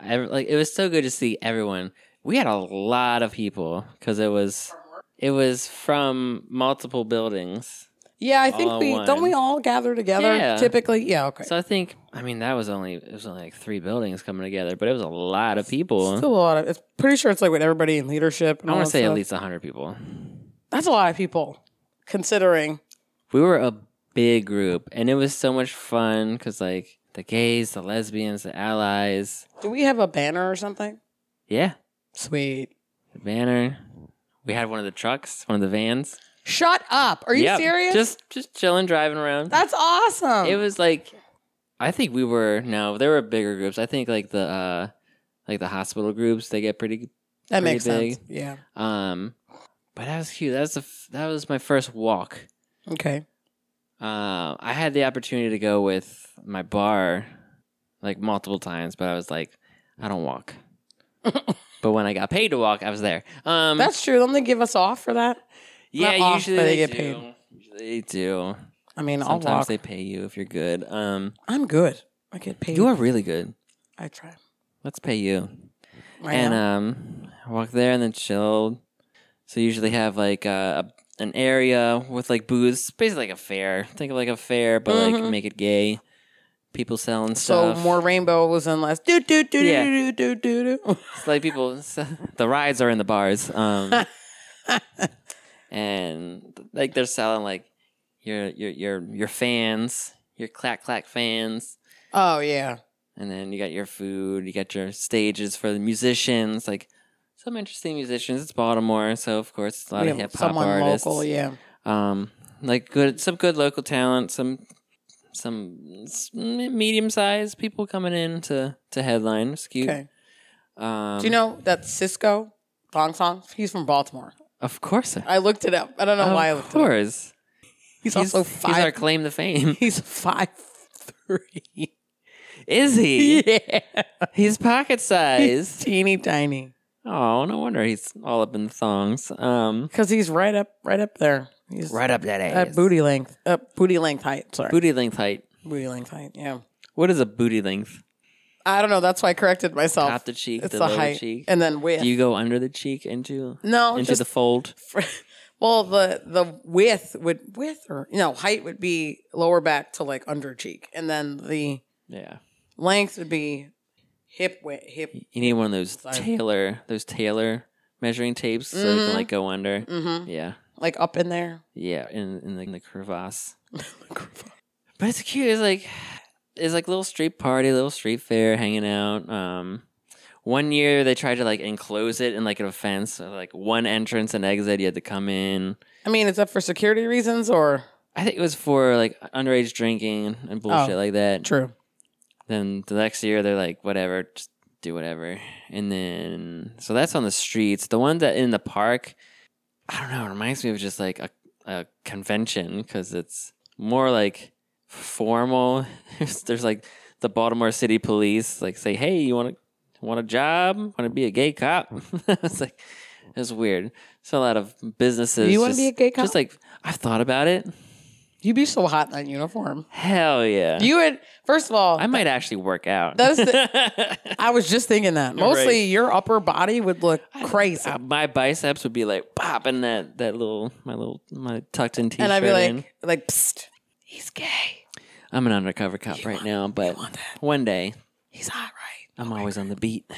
I, like it was so good to see everyone. We had a lot of people because it was it was from multiple buildings.
Yeah, I
All
think
on
we
one.
don't we all gather together
Yeah.
typically. Yeah, okay.
So I think I mean that was only it was only like three buildings coming together, but it was a lot of people.
Still a lot of. It's pretty sure it's like with everybody in leadership. And
I
all
want
that
to say at
stuff.
least hundred people.
that's a lot of people, considering.
We were a big group, and it was so much fun because like the gays, the lesbians, the allies.
Do we have a banner or something?
Yeah,
Sweet.
the banner. We had one of the trucks, one of the vans.
Shut up. Are you
Yep.
serious?
Just just chilling, driving around.
that's awesome.
it was like I think we were no, there were bigger groups. I think like the uh like the hospital groups, they get pretty
that makes
pretty
sense. Yeah.
um but that was cute. That was the f- that was my first walk.
Okay.
Uh, I had the opportunity to go with my bar like multiple times, but I was like, I don't walk. but when I got paid to walk, I was there. Um,
That's true. Don't they give us off for that?
yeah,
not off,
usually
but
they,
they get
do.
paid.
Usually they do.
I mean, I'll
Sometimes
walk.
they pay you if you're good. Um,
I'm good. I get paid.
you are really good.
I try.
Let's pay you.
I
and
am.
um, walk there and then chill. So usually have like uh, a, an area with like booths, basically like a fair. Think of like a fair, but
Mhm.
like make it gay. People selling
so
stuff.
more rainbows and less. Do do do
Yeah.
do do do do.
It's like people. s- the rides are in the bars. Um, and like they're selling like your your your your fans, your clack clack fans.
Oh yeah.
and then you got your food, you got your stages for the musicians, like some interesting musicians. It's Baltimore, so of course it's a lot
We
of
have
hip hop artists.
local. Yeah.
Um, like good, some good local talent, some some medium sized people coming in to to headline. It's cute.
Okay.
Um,
Do you know that Cisco Long Song? He's from Baltimore.
Of course. I
I looked it up. I don't know why I
of
looked it up.
course.
He's,
He's,
also
he's our
five.
claim to fame.
He's five three.
Is he?
Yeah,
He's pocket
he's
size.
teeny tiny.
Oh, no wonder he's all up in thongs. Um,
Because he's right up, right up there He's
Right up that ass.
at booty length. Uh, booty length height. Sorry.
booty length height.
booty length height. Yeah.
What is a booty length?
I don't know. That's why I corrected myself.
Top to cheek,
It's
the
the
lower
height,
cheek.
and then width.
Do you go under the cheek into
No,
into
just-
the fold?
well, the the width would width or you know height would be lower back to like under cheek, and then the
Yeah.
length would be hip width. Hip.
You need one of those tailor those tailor measuring tapes so you can like go under.
hmm
Yeah.
Like up in there.
Yeah, in in the, in the crevasse. But it's cute. It's like it's like little street party, little street fair, hanging out. Um, one year they tried to like enclose it in like a fence, so, like one entrance and exit. You had to come in.
I mean, is that for security reasons or
I think it was for like underage drinking and bullshit
Oh.
like that.
true?
Then the next year they're like, whatever, just do whatever. And then so that's on the streets. The one that in the park, I don't know. It reminds me of just like a a convention because it's more like formal. There's, there's like the Baltimore City Police like say, hey, you want to want a job? Want to be a gay cop? it's like it's weird. So a lot of businesses.
You wanna
just-
be a gay cop?
Just like I've thought about it.
You'd be so hot in that uniform.
Hell yeah.
You would. First of all,
I might actually work out.
That's I was just thinking that. Mostly,
Right.
your upper body would look crazy.
Uh, my biceps would be like popping that that little my little my tucked in t-shirt.
and I'd be
in.
like, like, Psst, he's gay.
I'm an undercover cop right now, but
want that. Oh
one day
He's hot, right?
I'm always on the beat.
I'd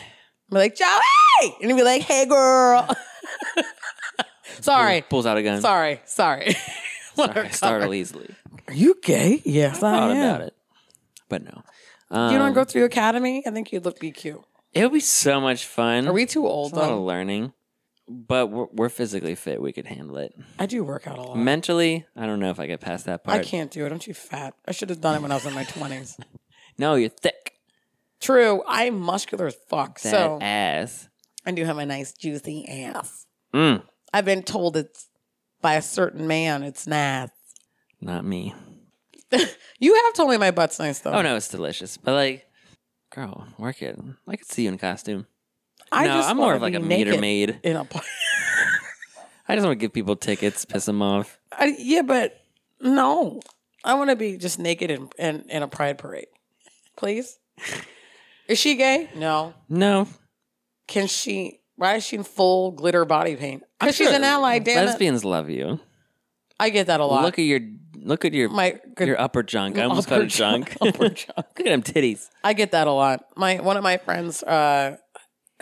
be like, Joey! And he'd be like, hey, girl. sorry.
Pulls out a gun.
Sorry. Sorry.
Sorry, I startle easily.
Are you gay? Yes, I,
Thought
am.
about it, but no. Um,
You don't go through academy? I think you'd look be cute.
It would be so much fun.
Are we too old,
It's a lot of
though?
learning, but we're, we're physically fit. We could handle it.
I do work out a lot.
Mentally, I don't know if I get past that part.
I can't do it. I'm too fat. I should have done it when I was in my 20s.
No, you're thick.
True. I'm muscular as fuck.
That
so
ass.
I do have a nice, juicy ass.
Mm,
I've been told it's by a certain man. It's nice.
not me.
You have told me my butt's nice though.
Oh no, it's delicious. But like, girl, work it. I could see you in costume.
I
no,
just
I'm more
wanna
of like
be
a meter
naked
maid.
In a par-
I just want to give people tickets, piss them off.
I, yeah, but no, I want to be just naked in, in in a pride parade, please. Is she gay? No.
No,
Can she? Why is she in full glitter body paint? Because she's
sure
an ally. Damn it.
lesbians love you.
I get that a lot.
Look at your look at your
my good
your upper junk. I almost
upper
called it junk.
junk, upper
look
junk.
at them titties.
I get that a lot. My one of my friends, uh,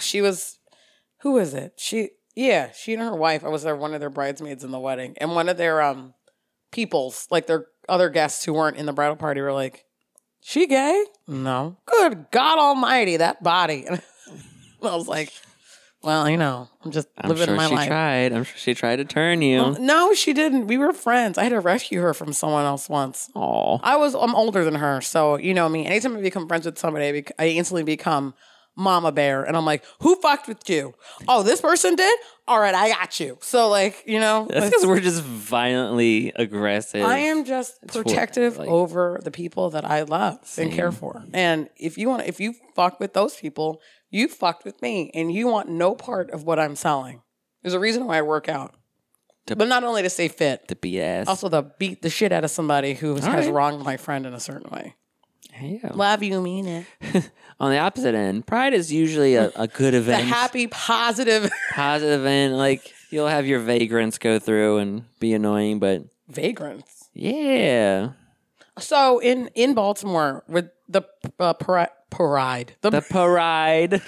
she was who was it? She yeah, she and her wife. I was there one of their bridesmaids in the wedding, and one of their um peoples, like their other guests who weren't in the bridal party, were like, "She gay? No. Good God Almighty, that body." And I was like, "Well, you know, I'm just
I'm
living
sure
my
she
life."
tried. I'm sure she tried to turn you.
No, she didn't. We were friends. I had to rescue her from someone else once.
Oh,
I was I'm older than her, so you know me. Anytime I become friends with somebody, I, bec- I instantly become mama bear, and I'm like, "Who fucked with you? Oh, this person did. All right, I got you." So like, you know,
that's because we're just violently aggressive.
I am just
what-
protective
like-
over the people that I love and care for. And if you want, if you fuck with those people, you fucked with me, and you want no part of what I'm selling. There's a reason why I work out,
To-
but not only to stay fit.
the BS.
Also, to beat the shit out of somebody who has
right.
wronged my friend in a certain way.
yeah.
Love you, mean it.
On the opposite end, Pride is usually a, a good
the
event.
happy, positive
positive and like you'll have your vagrants go through and be annoying, but
vagrants.
yeah,
So in in Baltimore with the uh, para- parade, the,
the
the
parade.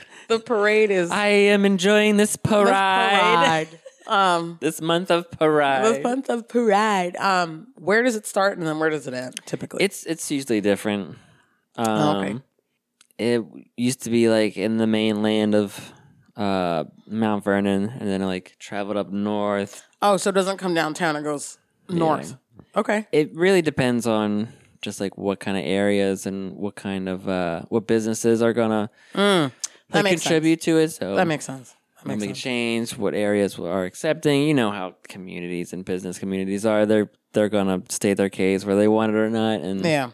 parade is
I am enjoying this
the
parade.
parade. Um,
This month of parade.
the month of parade. Um, where does it start and then where does it end? Typically,
It's it's usually different. Um,
Oh, okay.
It used to be like in the mainland of uh, Mount Vernon, and then it like traveled up north.
oh, so it doesn't come downtown; it goes north. Okay,
It really depends on just like what kind of areas and what kind of uh, what businesses are gonna
Mm, that
like,
makes sense.
contribute to it. So
That makes sense. That
We'll
makes
make a
sense.
change. What areas are accepting? You know how communities and business communities are. They're they're gonna state their case where they want it or not, and
Yeah,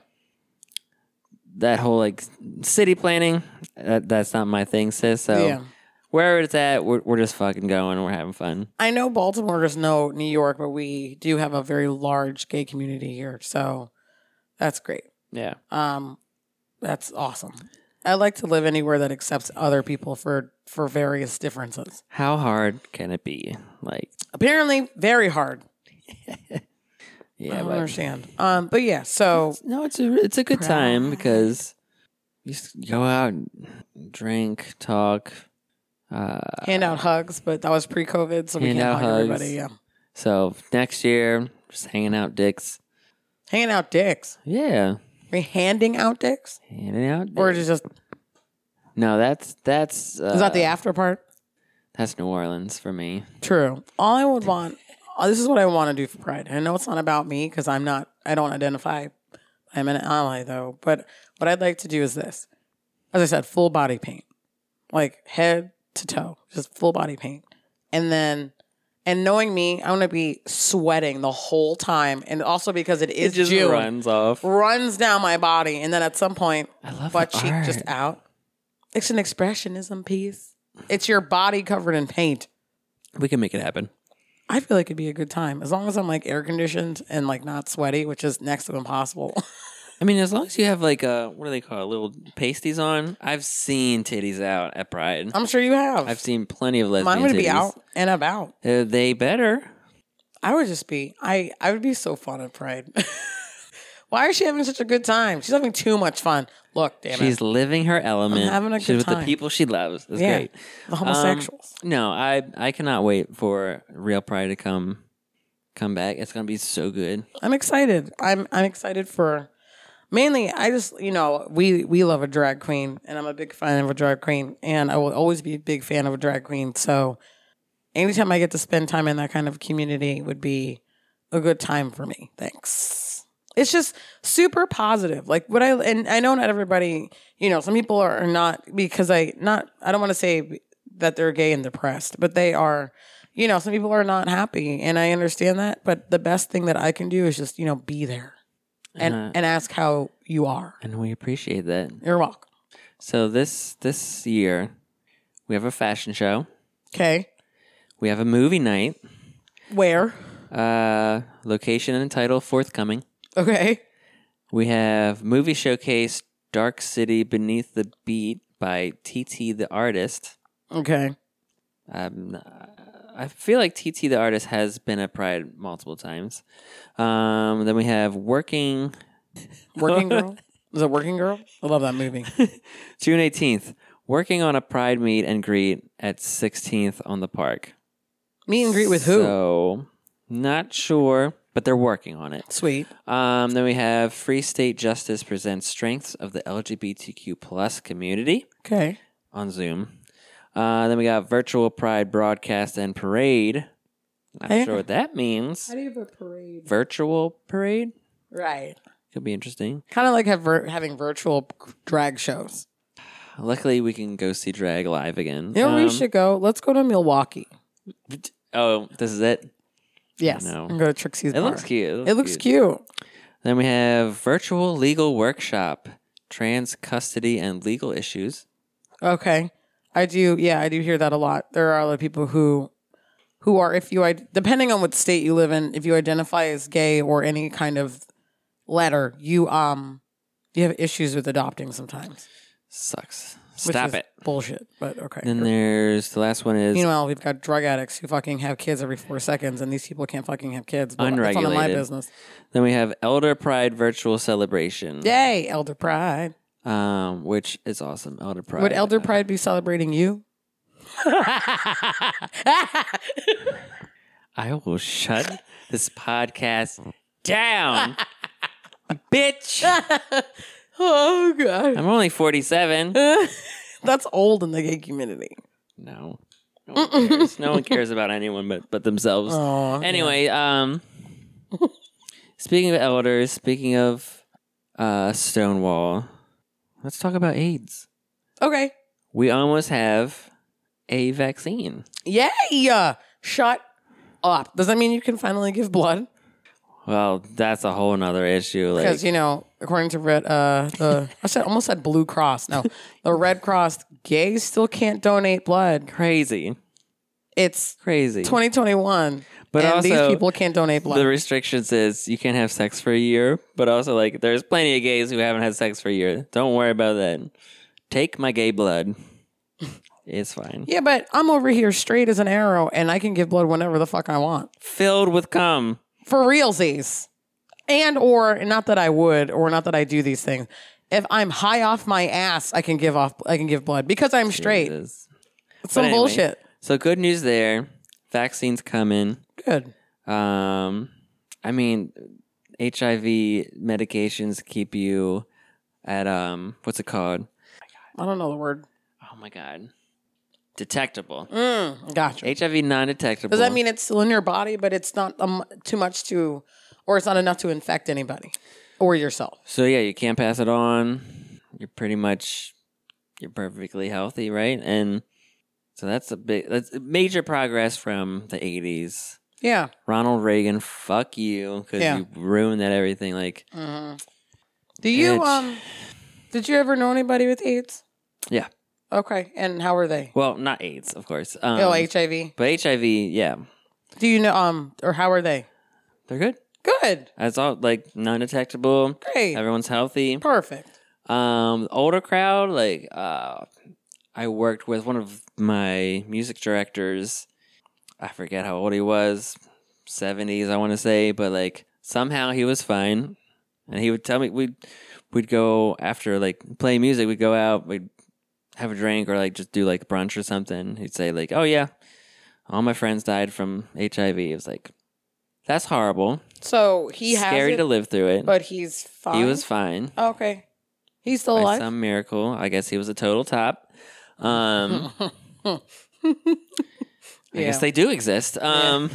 that whole like city planning. That, that's not my thing, sis. So
Yeah.
wherever it's at, we're, we're just fucking going. We're having fun.
I know Baltimore is no New York, but we do have a very large gay community here. So that's great.
Yeah.
Um, that's awesome. I like to live anywhere that accepts other people for for various differences.
How hard can it be? Like,
Apparently, very hard. I
yeah,
don't
but
understand. Um, but yeah, so
no, it's a it's a good time because you just go out, and drink, talk. Uh,
hand out hugs, but that was pre-COVID, so we
Hand
can't
out
hug
hugs.
everybody. Yeah,
so next year, just hanging out, dicks.
hanging out dicks.
Yeah,
Are we handing out dicks,
hanging out.
or
dicks.
is it just
no, that's that's uh,
is that the after part?
that's New Orleans for me.
True. All I would want, oh, this is what I want to do for Pride. I know it's not about me because I'm not, I don't identify. I'm an ally though. But what I'd like to do is this. As I said, full body paint, like head to toe, just full body paint. And then, and knowing me, I'm going to be sweating the whole time. And also because it is
it just
June,
runs off.
runs down my body. And then at some point,
I love
butt
the
cheek just
art.
out. It's an expressionism piece. It's your body covered in paint.
We can make it happen.
I feel like it'd be a good time as long as I'm like air conditioned and like not sweaty, which is next to impossible.
I mean, as long as you have like uh what do they call it, little pasties on. I've seen titties out at Pride.
I'm sure you have.
I've seen plenty of lesbian
Uh, Mine would be
titties.
out and about.
Uh, they better.
I would just be. I I would be so fun at Pride. Why is she having such a good time? She's having too much fun. Look, damn
She's
it,
living her element.
having a
She's
good
with
time.
the people she loves. That's
Yeah.
great. Um,
the homosexuals.
No, I I cannot wait for Real Pride to come come back. It's gonna be so good.
I'm excited. I'm I'm excited for. Mainly, I just you know we we love a drag queen, and I'm a big fan of a drag queen, and I will always be a big fan of a drag queen. So, anytime I get to spend time in that kind of community would be a good time for me. Thanks. It's just super positive. Like what I and I know not everybody, you know, some people are, are not because I not I don't want to say that they're gay and depressed, but they are, you know, some people are not happy and I understand that, but the best thing that I can do is just, you know, be there and
Uh,
and ask how you are.
and we appreciate that.
You're welcome.
So this this year, we have a fashion show.
Okay.
We have a movie night.
Where?
Uh, location and title forthcoming.
Okay.
We have movie showcase Dark City Beneath the Beat by TT the Artist.
Okay.
Um, I feel like TT the Artist has been at Pride multiple times. Um, then we have Working
Working girl. Is it working girl? I love that movie.
June 18th, Working on a Pride meet and greet at 16th on the park.
Meet and greet with who?
So, not sure, but they're working on it.
Sweet.
Um, then we have Free State Justice presents Strengths of the LGBTQ plus community.
Okay.
on Zoom. Uh, then we got virtual Pride broadcast and parade. Not
Hey.
sure what that means.
do you have a parade?
Virtual parade
Right.
could be interesting.
Kind of like have vir- having virtual drag shows.
Luckily, we can go see drag live again.
You know, where
Um,
we should go. Let's go to Milwaukee.
Oh, this is it.
Yes,
No.
and go to Trixie's.
It looks cute.
It looks cute.
Then we have virtual legal workshop, trans custody and legal issues.
Okay, I do. Yeah, I do hear that a lot. There are a lot of people who, who are if you id- depending on what state you live in, if you identify as gay or any kind of letter, you um, you have issues with adopting sometimes.
Sucks.
which
Stop
is
it.
Bullshit. But okay.
Then there's the last one is
Meanwhile, we've got drug addicts who fucking have kids every four seconds, and these people can't fucking have kids. But that's none of my
Unregulated.
business.
then we have elder pride virtual celebration.
Yay, Elder Pride.
Um, which is awesome. Elder pride.
Would Elder Pride be celebrating you?
I will shut this podcast down, bitch.
oh god,
I'm only 47.
that's old in the gay community.
No, no one cares. No one cares about anyone but but themselves.
Oh,
Anyway, um, speaking of elders, speaking of uh, Stonewall, let's talk about AIDS.
okay,
We almost have a vaccine.
Uh, yay! Shut up. Does that mean you can finally give blood?
Well, that's a whole nother issue. Like,
Because you know, according to Red, uh, the I said almost said Blue Cross. No, the Red Cross. Gays still can't donate blood.
crazy,
It's
crazy.
2021,
But
and these
also,
people can't donate blood.
The restrictions is you can't have sex for a year, but also like there's plenty of gays who haven't had sex for a year. Don't worry about that. Take my gay blood. It's fine.
yeah, but I'm over here straight as an arrow, and I can give blood whenever the fuck I want
Filled with cum.
for realsies. And or not that I would, or not that I do these things. If I'm high off my ass, I can give off. I can give blood because I'm straight.
Jesus.
It's some
But anyway,
bullshit.
So good news there. Vaccines coming.
Good.
Um, I mean, HIV medications keep you at um, what's it called?
I don't know the word.
Oh my god, detectable.
Mm, gotcha.
HIV non-detectable.
Does that mean it's still in your body, but it's not um, too much to, or it's not enough to infect anybody or yourself?
So yeah, you can't pass it on. You're pretty much you're perfectly healthy, right? And so that's a big that's a major progress from the 80s.
Yeah.
Ronald Reagan, fuck you cuz
Yeah.
you ruined that everything like
Mhm. Do you
It's-
um? Did you ever know anybody with AIDS?
Yeah.
Okay, and how were they?
well, not AIDS, of course. Um,
oh, HIV.
but HIV, yeah.
Do you know um, or how are they?
They're good.
Good,
It's all like non-detectable.
great,
Everyone's healthy.
perfect.
Um, the older crowd, like uh, I worked with one of my music directors. I forget how old he was, seventies, I want to say, but like somehow he was fine, and he would tell me we'd we'd go after like play music, we'd go out, we'd have a drink or like just do like brunch or something. He'd say like, "Oh yeah, all my friends died from HIV." It was like that's horrible,
So he has
scary
it,
to live through it.
but he's fine.
he was fine
okay. He's still
by
alive.
some miracle. I guess he was a total top. Um, I
Yeah.
guess they do exist. Um,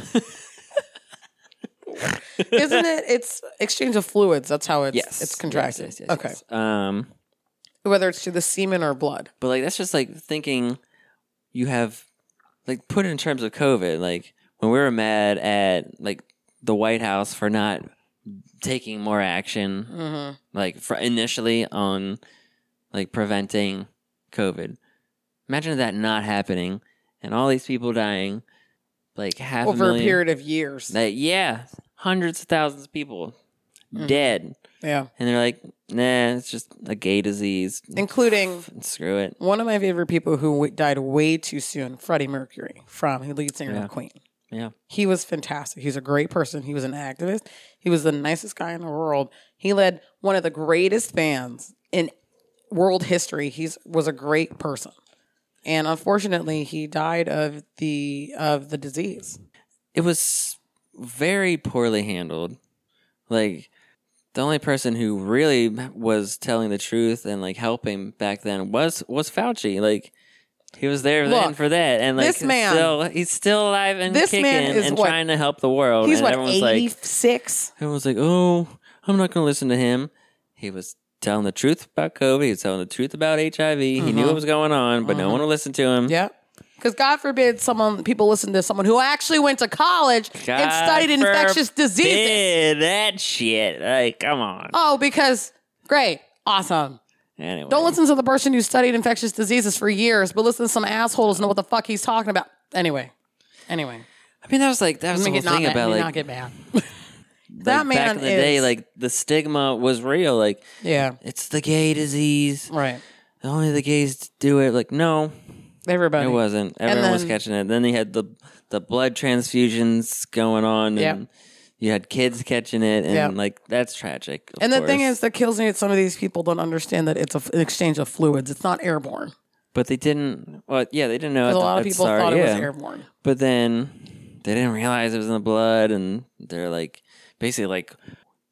Isn't it? It's exchange of fluids. That's how it's
yes,
it's contracted.
Yes, yes, yes,
okay,
yes. Um,
whether it's through the semen or blood.
but like that's just like thinking you have like put it in terms of COVID. Like when we were mad at like the White House for not taking more action
Mm-hmm.
like for initially on like preventing COVID. Imagine that not happening and all these people dying, like half
over
a,
a
million,
period of years.
Like, yeah, hundreds of thousands of people
Mhm.
dead,
yeah,
and they're like, nah, it's just a gay disease.
including
Screw it.
one of my favorite people who w- died way too soon, Freddie Mercury, from the lead singer
Yeah.
of Queen.
Yeah.
He was fantastic. He's a great person. He was an activist. He was the nicest guy in the world. He led one of the greatest bands in world history. He's was a great person. And unfortunately, he died of the of the disease.
It was very poorly handled. Like the only person who really was telling the truth and like helping back then was was Fauci. Like he was there then
Look,
for that, and like
this
he's
man-
still, he's still alive and
This
kicking
man is
and
what-
trying to help the world.
He's
Oh, and
what
everyone's
eighty
like,
six.
Everyone's like, oh, I'm not going to listen to him. He was telling the truth about COVID. He was telling the truth about HIV. He
Mm-hmm.
knew what was going on, but no one would listen to him.
Yep. Because God forbid someone people listen to someone who actually went to college and studied infectious diseases.
forbid That shit. Like, come on.
Oh, because great, awesome.
Anyway.
Don't listen to the person who studied infectious diseases for years, but listen to some asshole who doesn't know what the fuck he's talking about. Anyway, anyway,
I mean, that was like, that was
let
the
me
whole
get not
thing
mad.
about
let
like,
me not get mad.
like,
that man
back in the day,
is-
like the stigma was real. Like,
Yeah,
it's the gay disease.
right.
Only the gays do it. Like, no,
Everybody.
It wasn't. Everyone was
then-
catching it. Then they had the the blood transfusions going on,
Yep.
and you had kids catching it, and
Yep.
like that's tragic. of
And the thing
course.
is that kills me that some of these people don't understand that it's a, an exchange of fluids. It's not airborne.
but they didn't. Well, yeah, they didn't know.
Because
at
a
the-
lot
at
of
the
people
start,
thought it
yeah.
was airborne.
But then they didn't realize it was in the blood, and they're like basically like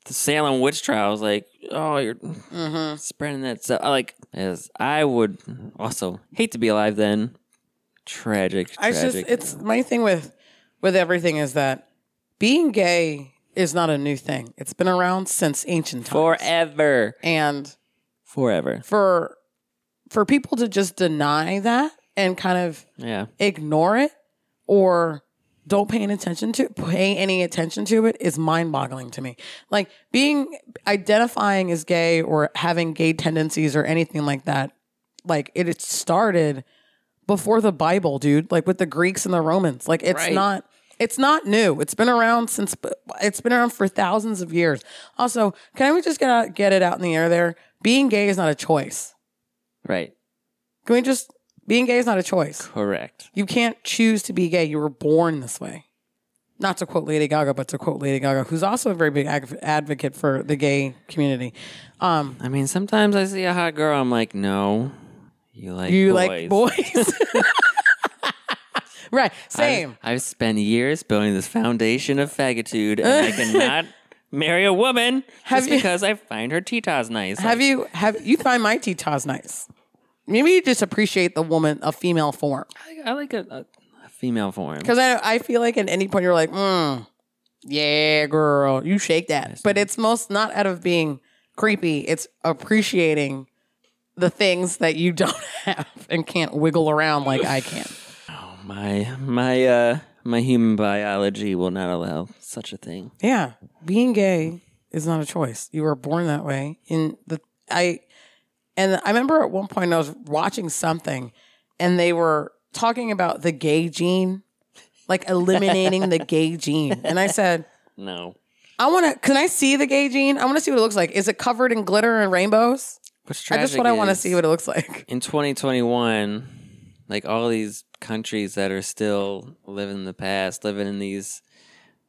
the Salem witch trials. Like, oh, you're
Mm-hmm.
spreading that stuff. I Like, as I would also hate to be alive then. Tragic.
I just
tragic.
it's my thing with with everything is that being gay is not a new thing. It's been around since ancient times.
e- forever,
and
forever.
for for people to just deny that and kind of
Yeah.
ignore it or don't pay any attention to pay any attention to it is mind boggling to me. Like being identifying as gay or having gay tendencies or anything like that, like it, it started before the Bible, dude. Like with the Greeks and the Romans. Like it's
Right.
not it's not new. It's been around since it's been around for thousands of years. Also, can we just get out, get it out in the air there? Being gay is not a choice.
Right.
Can we just being gay is not a choice.
Correct.
You can't choose to be gay. You were born this way. Not to quote Lady Gaga, but to quote Lady Gaga, who's also a very big ag- advocate for the gay community. Um,
I mean, sometimes I see a hot girl, I'm like, no, you like
you
boys.
like boys? right. Same.
I've, I've spent years building this foundation of faggitude, and I cannot marry a woman
Have
just
you-
because I find her titas nice.
have you have you find my titas nice? Maybe you just appreciate the woman, a female form,
you? I, I like a, a- a female form.
because I I feel like at any point you're like, mm, yeah, girl, you shake that. But it's most not out of being creepy. It's appreciating the things that you don't have and can't wiggle around like I can.
My my uh my human biology will not allow such a thing.
Yeah, being gay is not a choice. You were born that way. In the I, and I remember at one point I was watching something, and they were talking about the gay gene, like eliminating the gay gene, and I said.
No.
I want to. Can I see the gay gene? I want to see what it looks like. Is it covered in glitter and rainbows?
What's
I
tragic
just what I want to
is,
see what it looks like.
in 2021, like all these countries that are still living in the past, living in these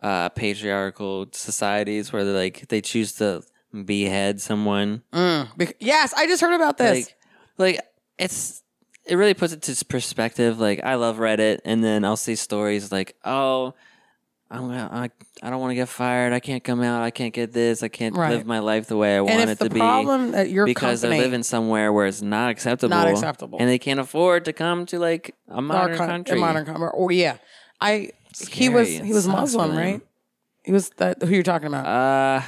uh, patriarchal societies where they like they choose to behead someone.
Mm. Bec- yes, I just heard about this.
Like, like it's it really puts it to perspective. Like I love Reddit, and then I'll see stories like, oh. I'm gonna, I, I don't want to get fired. I can't come out. I can't get this. I can't
Right.
live my life the way I want
and
it
if the
to be
problem that your
because
company,
they're living somewhere where it's not acceptable.
Not acceptable.
And they can't afford to come to like a
our
modern
con- a
country.
modern country, or oh, yeah, I he was
Scary. It
he was
sucks for
Muslim,
them.
right? He was that who you're talking about?
Uh,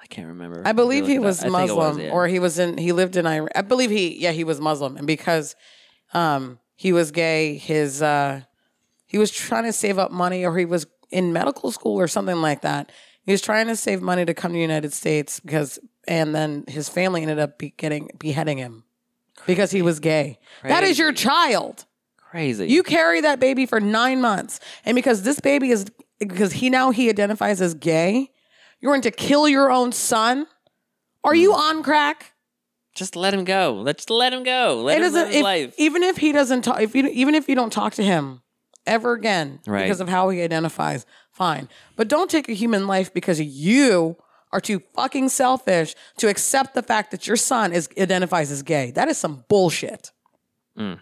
I can't remember.
I believe
Look it
he
up.
was
I think it was,
Muslim,
yeah.
or he was in. He lived in Iran. I believe he, yeah, he was Muslim, and because um, he was gay, his uh, he was trying to save up money, or he was in medical school or something like that. He was trying to save money to come to the United States because, and then his family ended up be getting beheading him because he was gay. That is your child.
crazy.
You carry that baby for nine months, and because this baby is because he now he identifies as gay, you're going to kill your own son. Are
Mm.
you on crack?
just let him go. Let's let him go. Let
It
him live
doesn't.
his
If,
life.
even if he doesn't talk, if you even if you don't talk to him ever again
Right.
because of how he identifies, fine. But don't take a human life because you are too fucking selfish to accept the fact that your son is identifies as gay. That is some bullshit.
you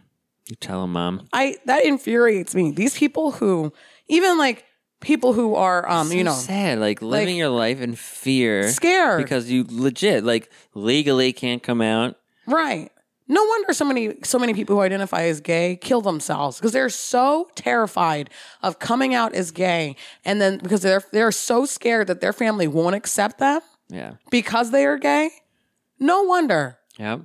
tell him, mom.
I that infuriates me. These people who even like people who are um
So
you know
sad. Like living your life in fear,
scared
because you legit like legally can't come out.
right. No wonder so many so many people who identify as gay kill themselves because they're so terrified of coming out as gay and then because they're they're so scared that their family won't accept them
Yeah.
because they are gay. No wonder.
Yep.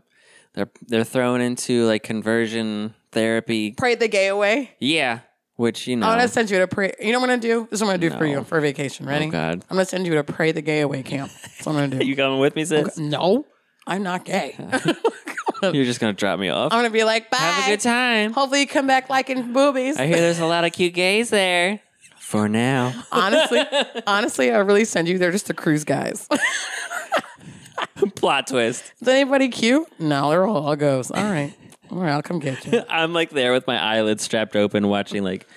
They're they're thrown into like conversion therapy.
Pray the gay away.
Yeah. Which you know.
I'm gonna send you to pray. You know what I'm gonna do? This is what I'm gonna do for
No.
you for vacation. Ready?
oh God.
I'm gonna send you to pray the gay away camp. That's what I'm gonna do.
You coming with me, sis?
No, I'm not gay. I'm
You're just gonna drop me off.
gonna be like, bye.
Have a good time.
Hopefully, you come back liking boobies.
I hear there's a lot of cute gays there. For now,
honestly, honestly, I really send you. They're just the cruise guys.
plot twist.
Is anybody cute? No, they're all, all ghosts. All right, all right, I'll come get you.
I'm like there with my eyelids strapped open, watching like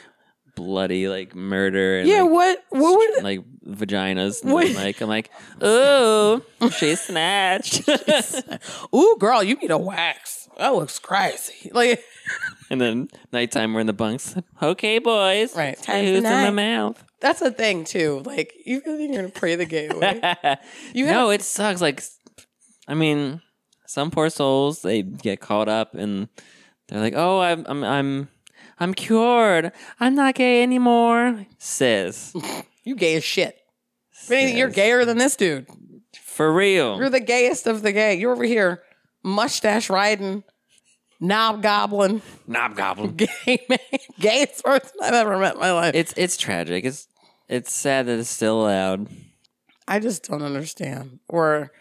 bloody like murder and
Yeah,
like,
what? What would?
like vaginas. And
What-
I'm like I'm like, ooh, she's snatched.
Ooh, girl, you need a wax. That looks crazy. Like,
and then nighttime, we're in the bunks. Okay, boys,
Right,
See
time for
who's in
night.
the mouth?
that's a thing too. Like, you feel like you're gonna pray the gay away. You have,
no, it sucks. Like, I mean, some poor souls they get caught up and they're like, "Oh, I'm, I'm, I'm, I'm cured. I'm not gay anymore." Sis,
you gay as shit. If anything, you're
Yes.
gayer than this dude.
for real.
You're the gayest of the gay. You're over here, mustache riding, knob goblin,
Knob goblin.
gay man, gayest person I've ever met in my life.
It's it's tragic. It's it's sad that it's still allowed.
I just don't understand. Or,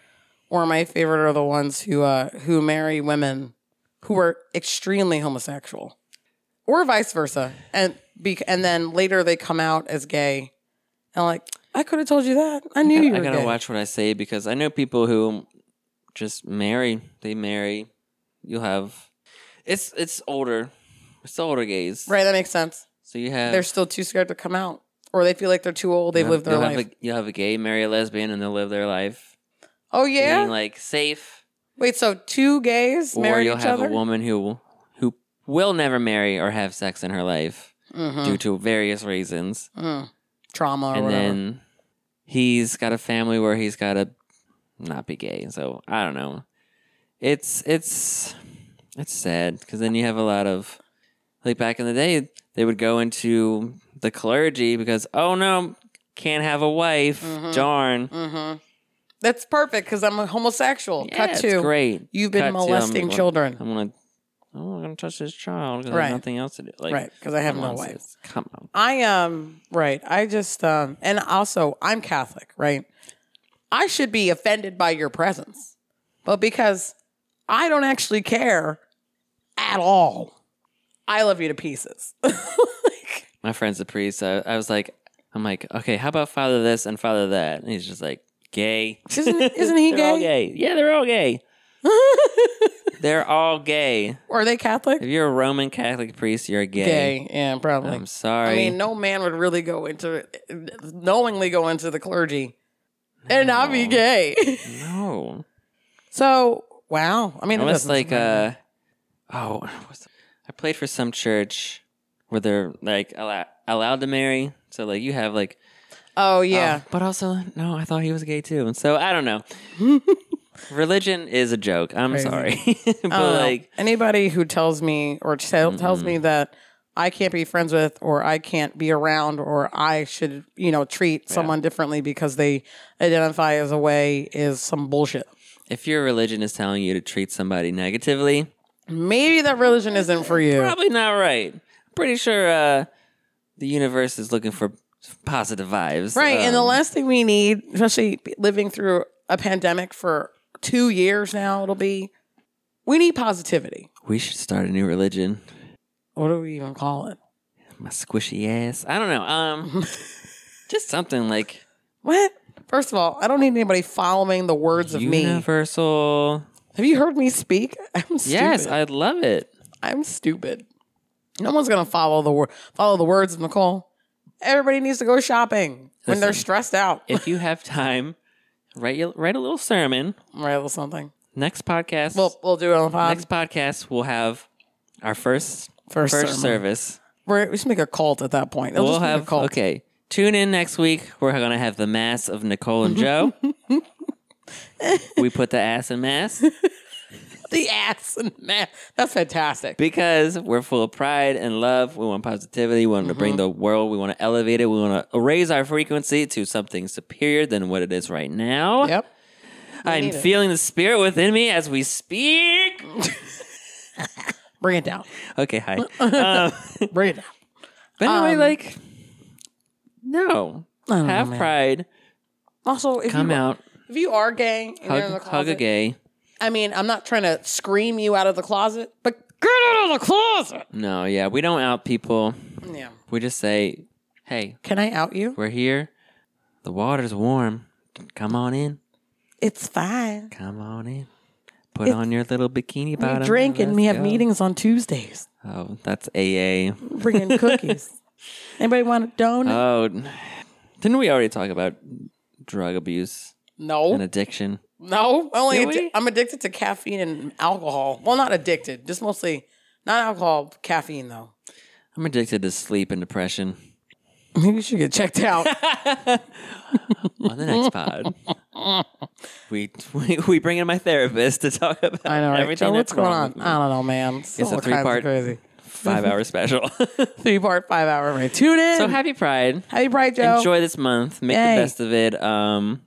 or my favorite are the ones who uh, who marry women who are extremely homosexual, or vice versa, and be- and then later they come out as gay, and like I could have told you that. I knew you
I
were
gotta
gay.
watch what I say because I know people who just marry. They marry. You'll have. It's it's older. It's the older gays.
Right, that makes sense.
So you have.
They're still too scared to come out, or they feel like they're too old. They've
you'll
lived their
you'll
life.
Have a, you'll have a gay marry a lesbian and they'll live their life.
oh yeah.
Being like safe.
Wait, so two gays
or
marry
you'll
each
have
other?
a woman who who will never marry or have sex in her life
Mhm.
due to various reasons.
Mm. Trauma or
and
whatever.
then he's got a family where he's got to not be gay. So I don't know. It's it's it's sad because then you have a lot of like back in the day they would go into the clergy because oh no can't have a wife
Mhm.
darn
hmm That's perfect because I'm a homosexual.
yeah,
Cut
it's
two.
great
You've been
Cut to, I'm
molesting
gonna-
children.
I'm gonna I'm not gonna touch this child because I
Right.
have nothing else to do like
right, because I have
come
no
on,
wife.
sis. come on
I am right. I just um and also I'm Catholic, right? I should be offended by your presence. But because I don't actually care at all. I love you to pieces. Like,
my friend's a priest. So I, I was like, I'm like, okay, how about father this and father that? And he's just like, gay.
Isn't- isn't he
They're all
gay?
gay. Yeah, they're all gay. they're all gay.
Are they Catholic?
If you're a Roman Catholic priest, you're gay.
Gay. Yeah, probably.
I'm sorry.
I mean, no man would really go into knowingly go into the clergy and not be
No.
gay.
no.
so wow. I mean, it
Unless
doesn't
like,
surprise
uh, oh, what's I played for some church where they're like allow- allowed to marry. So like, you have like,
me. oh yeah,
oh, but also, no, I thought he was gay too. And so I don't know. Religion is a joke. I'm
Crazy.
sorry, oh, but
I don't know.
like.
Um, anybody who tells me or tell, tells me that I can't be friends with or I can't be around or I should you know treat someone differently because they identify as a way is some bullshit.
If your religion is telling you to treat somebody negatively,
Maybe that religion isn't for you.
probably not right. I'm pretty sure uh, the universe is looking for positive vibes.
Right. and the
Um,
last thing we need, especially living through a pandemic for two years now, it'll be, we need positivity.
we should start a new religion.
What do we even call it?
My squishy ass. I don't know. Um, just something like
What? First of all, I don't need anybody following the words of me.
universal.
Have you heard me speak? I'm stupid.
Yes, I'd love it.
I'm stupid. No one's gonna follow the wor- follow the words of Nicole. Everybody needs to go shopping when they're
Listen.
stressed out.
If you have time, write your, write a little sermon.
right, or something.
Next podcast.
We'll we'll do it on the pod.
next podcast we'll have our first
First
first,
sermon.
service.
We're, we should make a cult at that point. It'll
we'll
just be a
have
cult.
okay. Tune in next week. We're gonna have the mass of Nicole and Joe. we put the ass in mass
the ass and man, that's fantastic.
because we're full of pride and love. We want positivity. We want to
Mm-hmm.
bring the world. We want to elevate it. We want to raise our frequency to something superior than what it is right now.
Yep.
I'm
need it.
feeling the spirit within me as we speak.
Bring it down.
Okay, hi. um,
Bring it down.
but anyway,
Um,
like, no,
I don't know,
have
man.
pride.
Also, if
Come
you,
out,
if you are gay and you're in the
hug, hug a
closet,
gay.
I mean, I'm not trying to scream you out of the closet, but get out of the closet.
No, yeah, we don't out people.
Yeah.
We just say, hey,
Mm. Can I out you?
we're here. The water's warm. Come on in.
It's fine.
Come on in. Put on your little bikini bottom.
We drink and
let's
we have
go.
meetings on Tuesdays.
Oh, that's AA.
Bringing cookies. Anybody want a donut?
Oh, didn't we already talk about drug abuse
no,
and addiction?
no. Only
Did
addi-
we?
I'm addicted to caffeine and alcohol. Well, not addicted, just mostly not alcohol, caffeine though.
I'm addicted to sleep and depression.
Maybe you should get checked out.
On the next pod, we, we we bring in my therapist to talk about
I know, right?
everything
Joe,
that's
what's going
wrong
on?
with me.
I don't know, man. It's,
It's a
all kinds of
three-part-
crazy.
Five hour special.
Three part, five hour rate. Tune in.
so happy Pride.
Happy Pride, Joe.
enjoy this month make
Yay.
the best of it um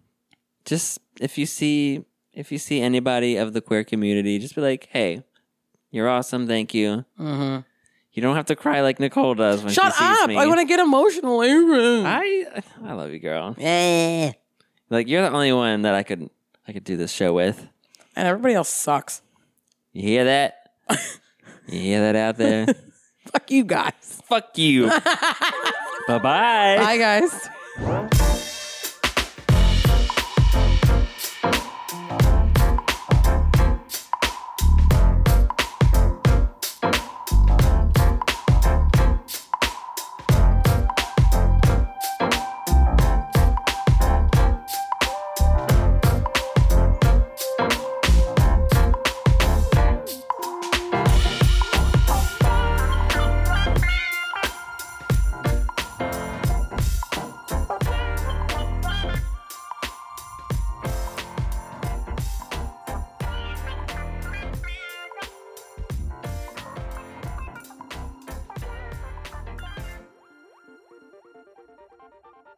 just if you see if you see anybody of the queer community just be like hey You're awesome. Thank you.
Mm-hmm.
You don't have to cry like Nicole does when
Shut
she sees
up!
me.
I want to get emotional.
I I love you, girl.
Eh.
Like you're the only one that I could I could do this show with.
And everybody else sucks.
You hear that? you hear that out there?
Fuck you guys.
Fuck you. Bye-bye.
Bye, guys.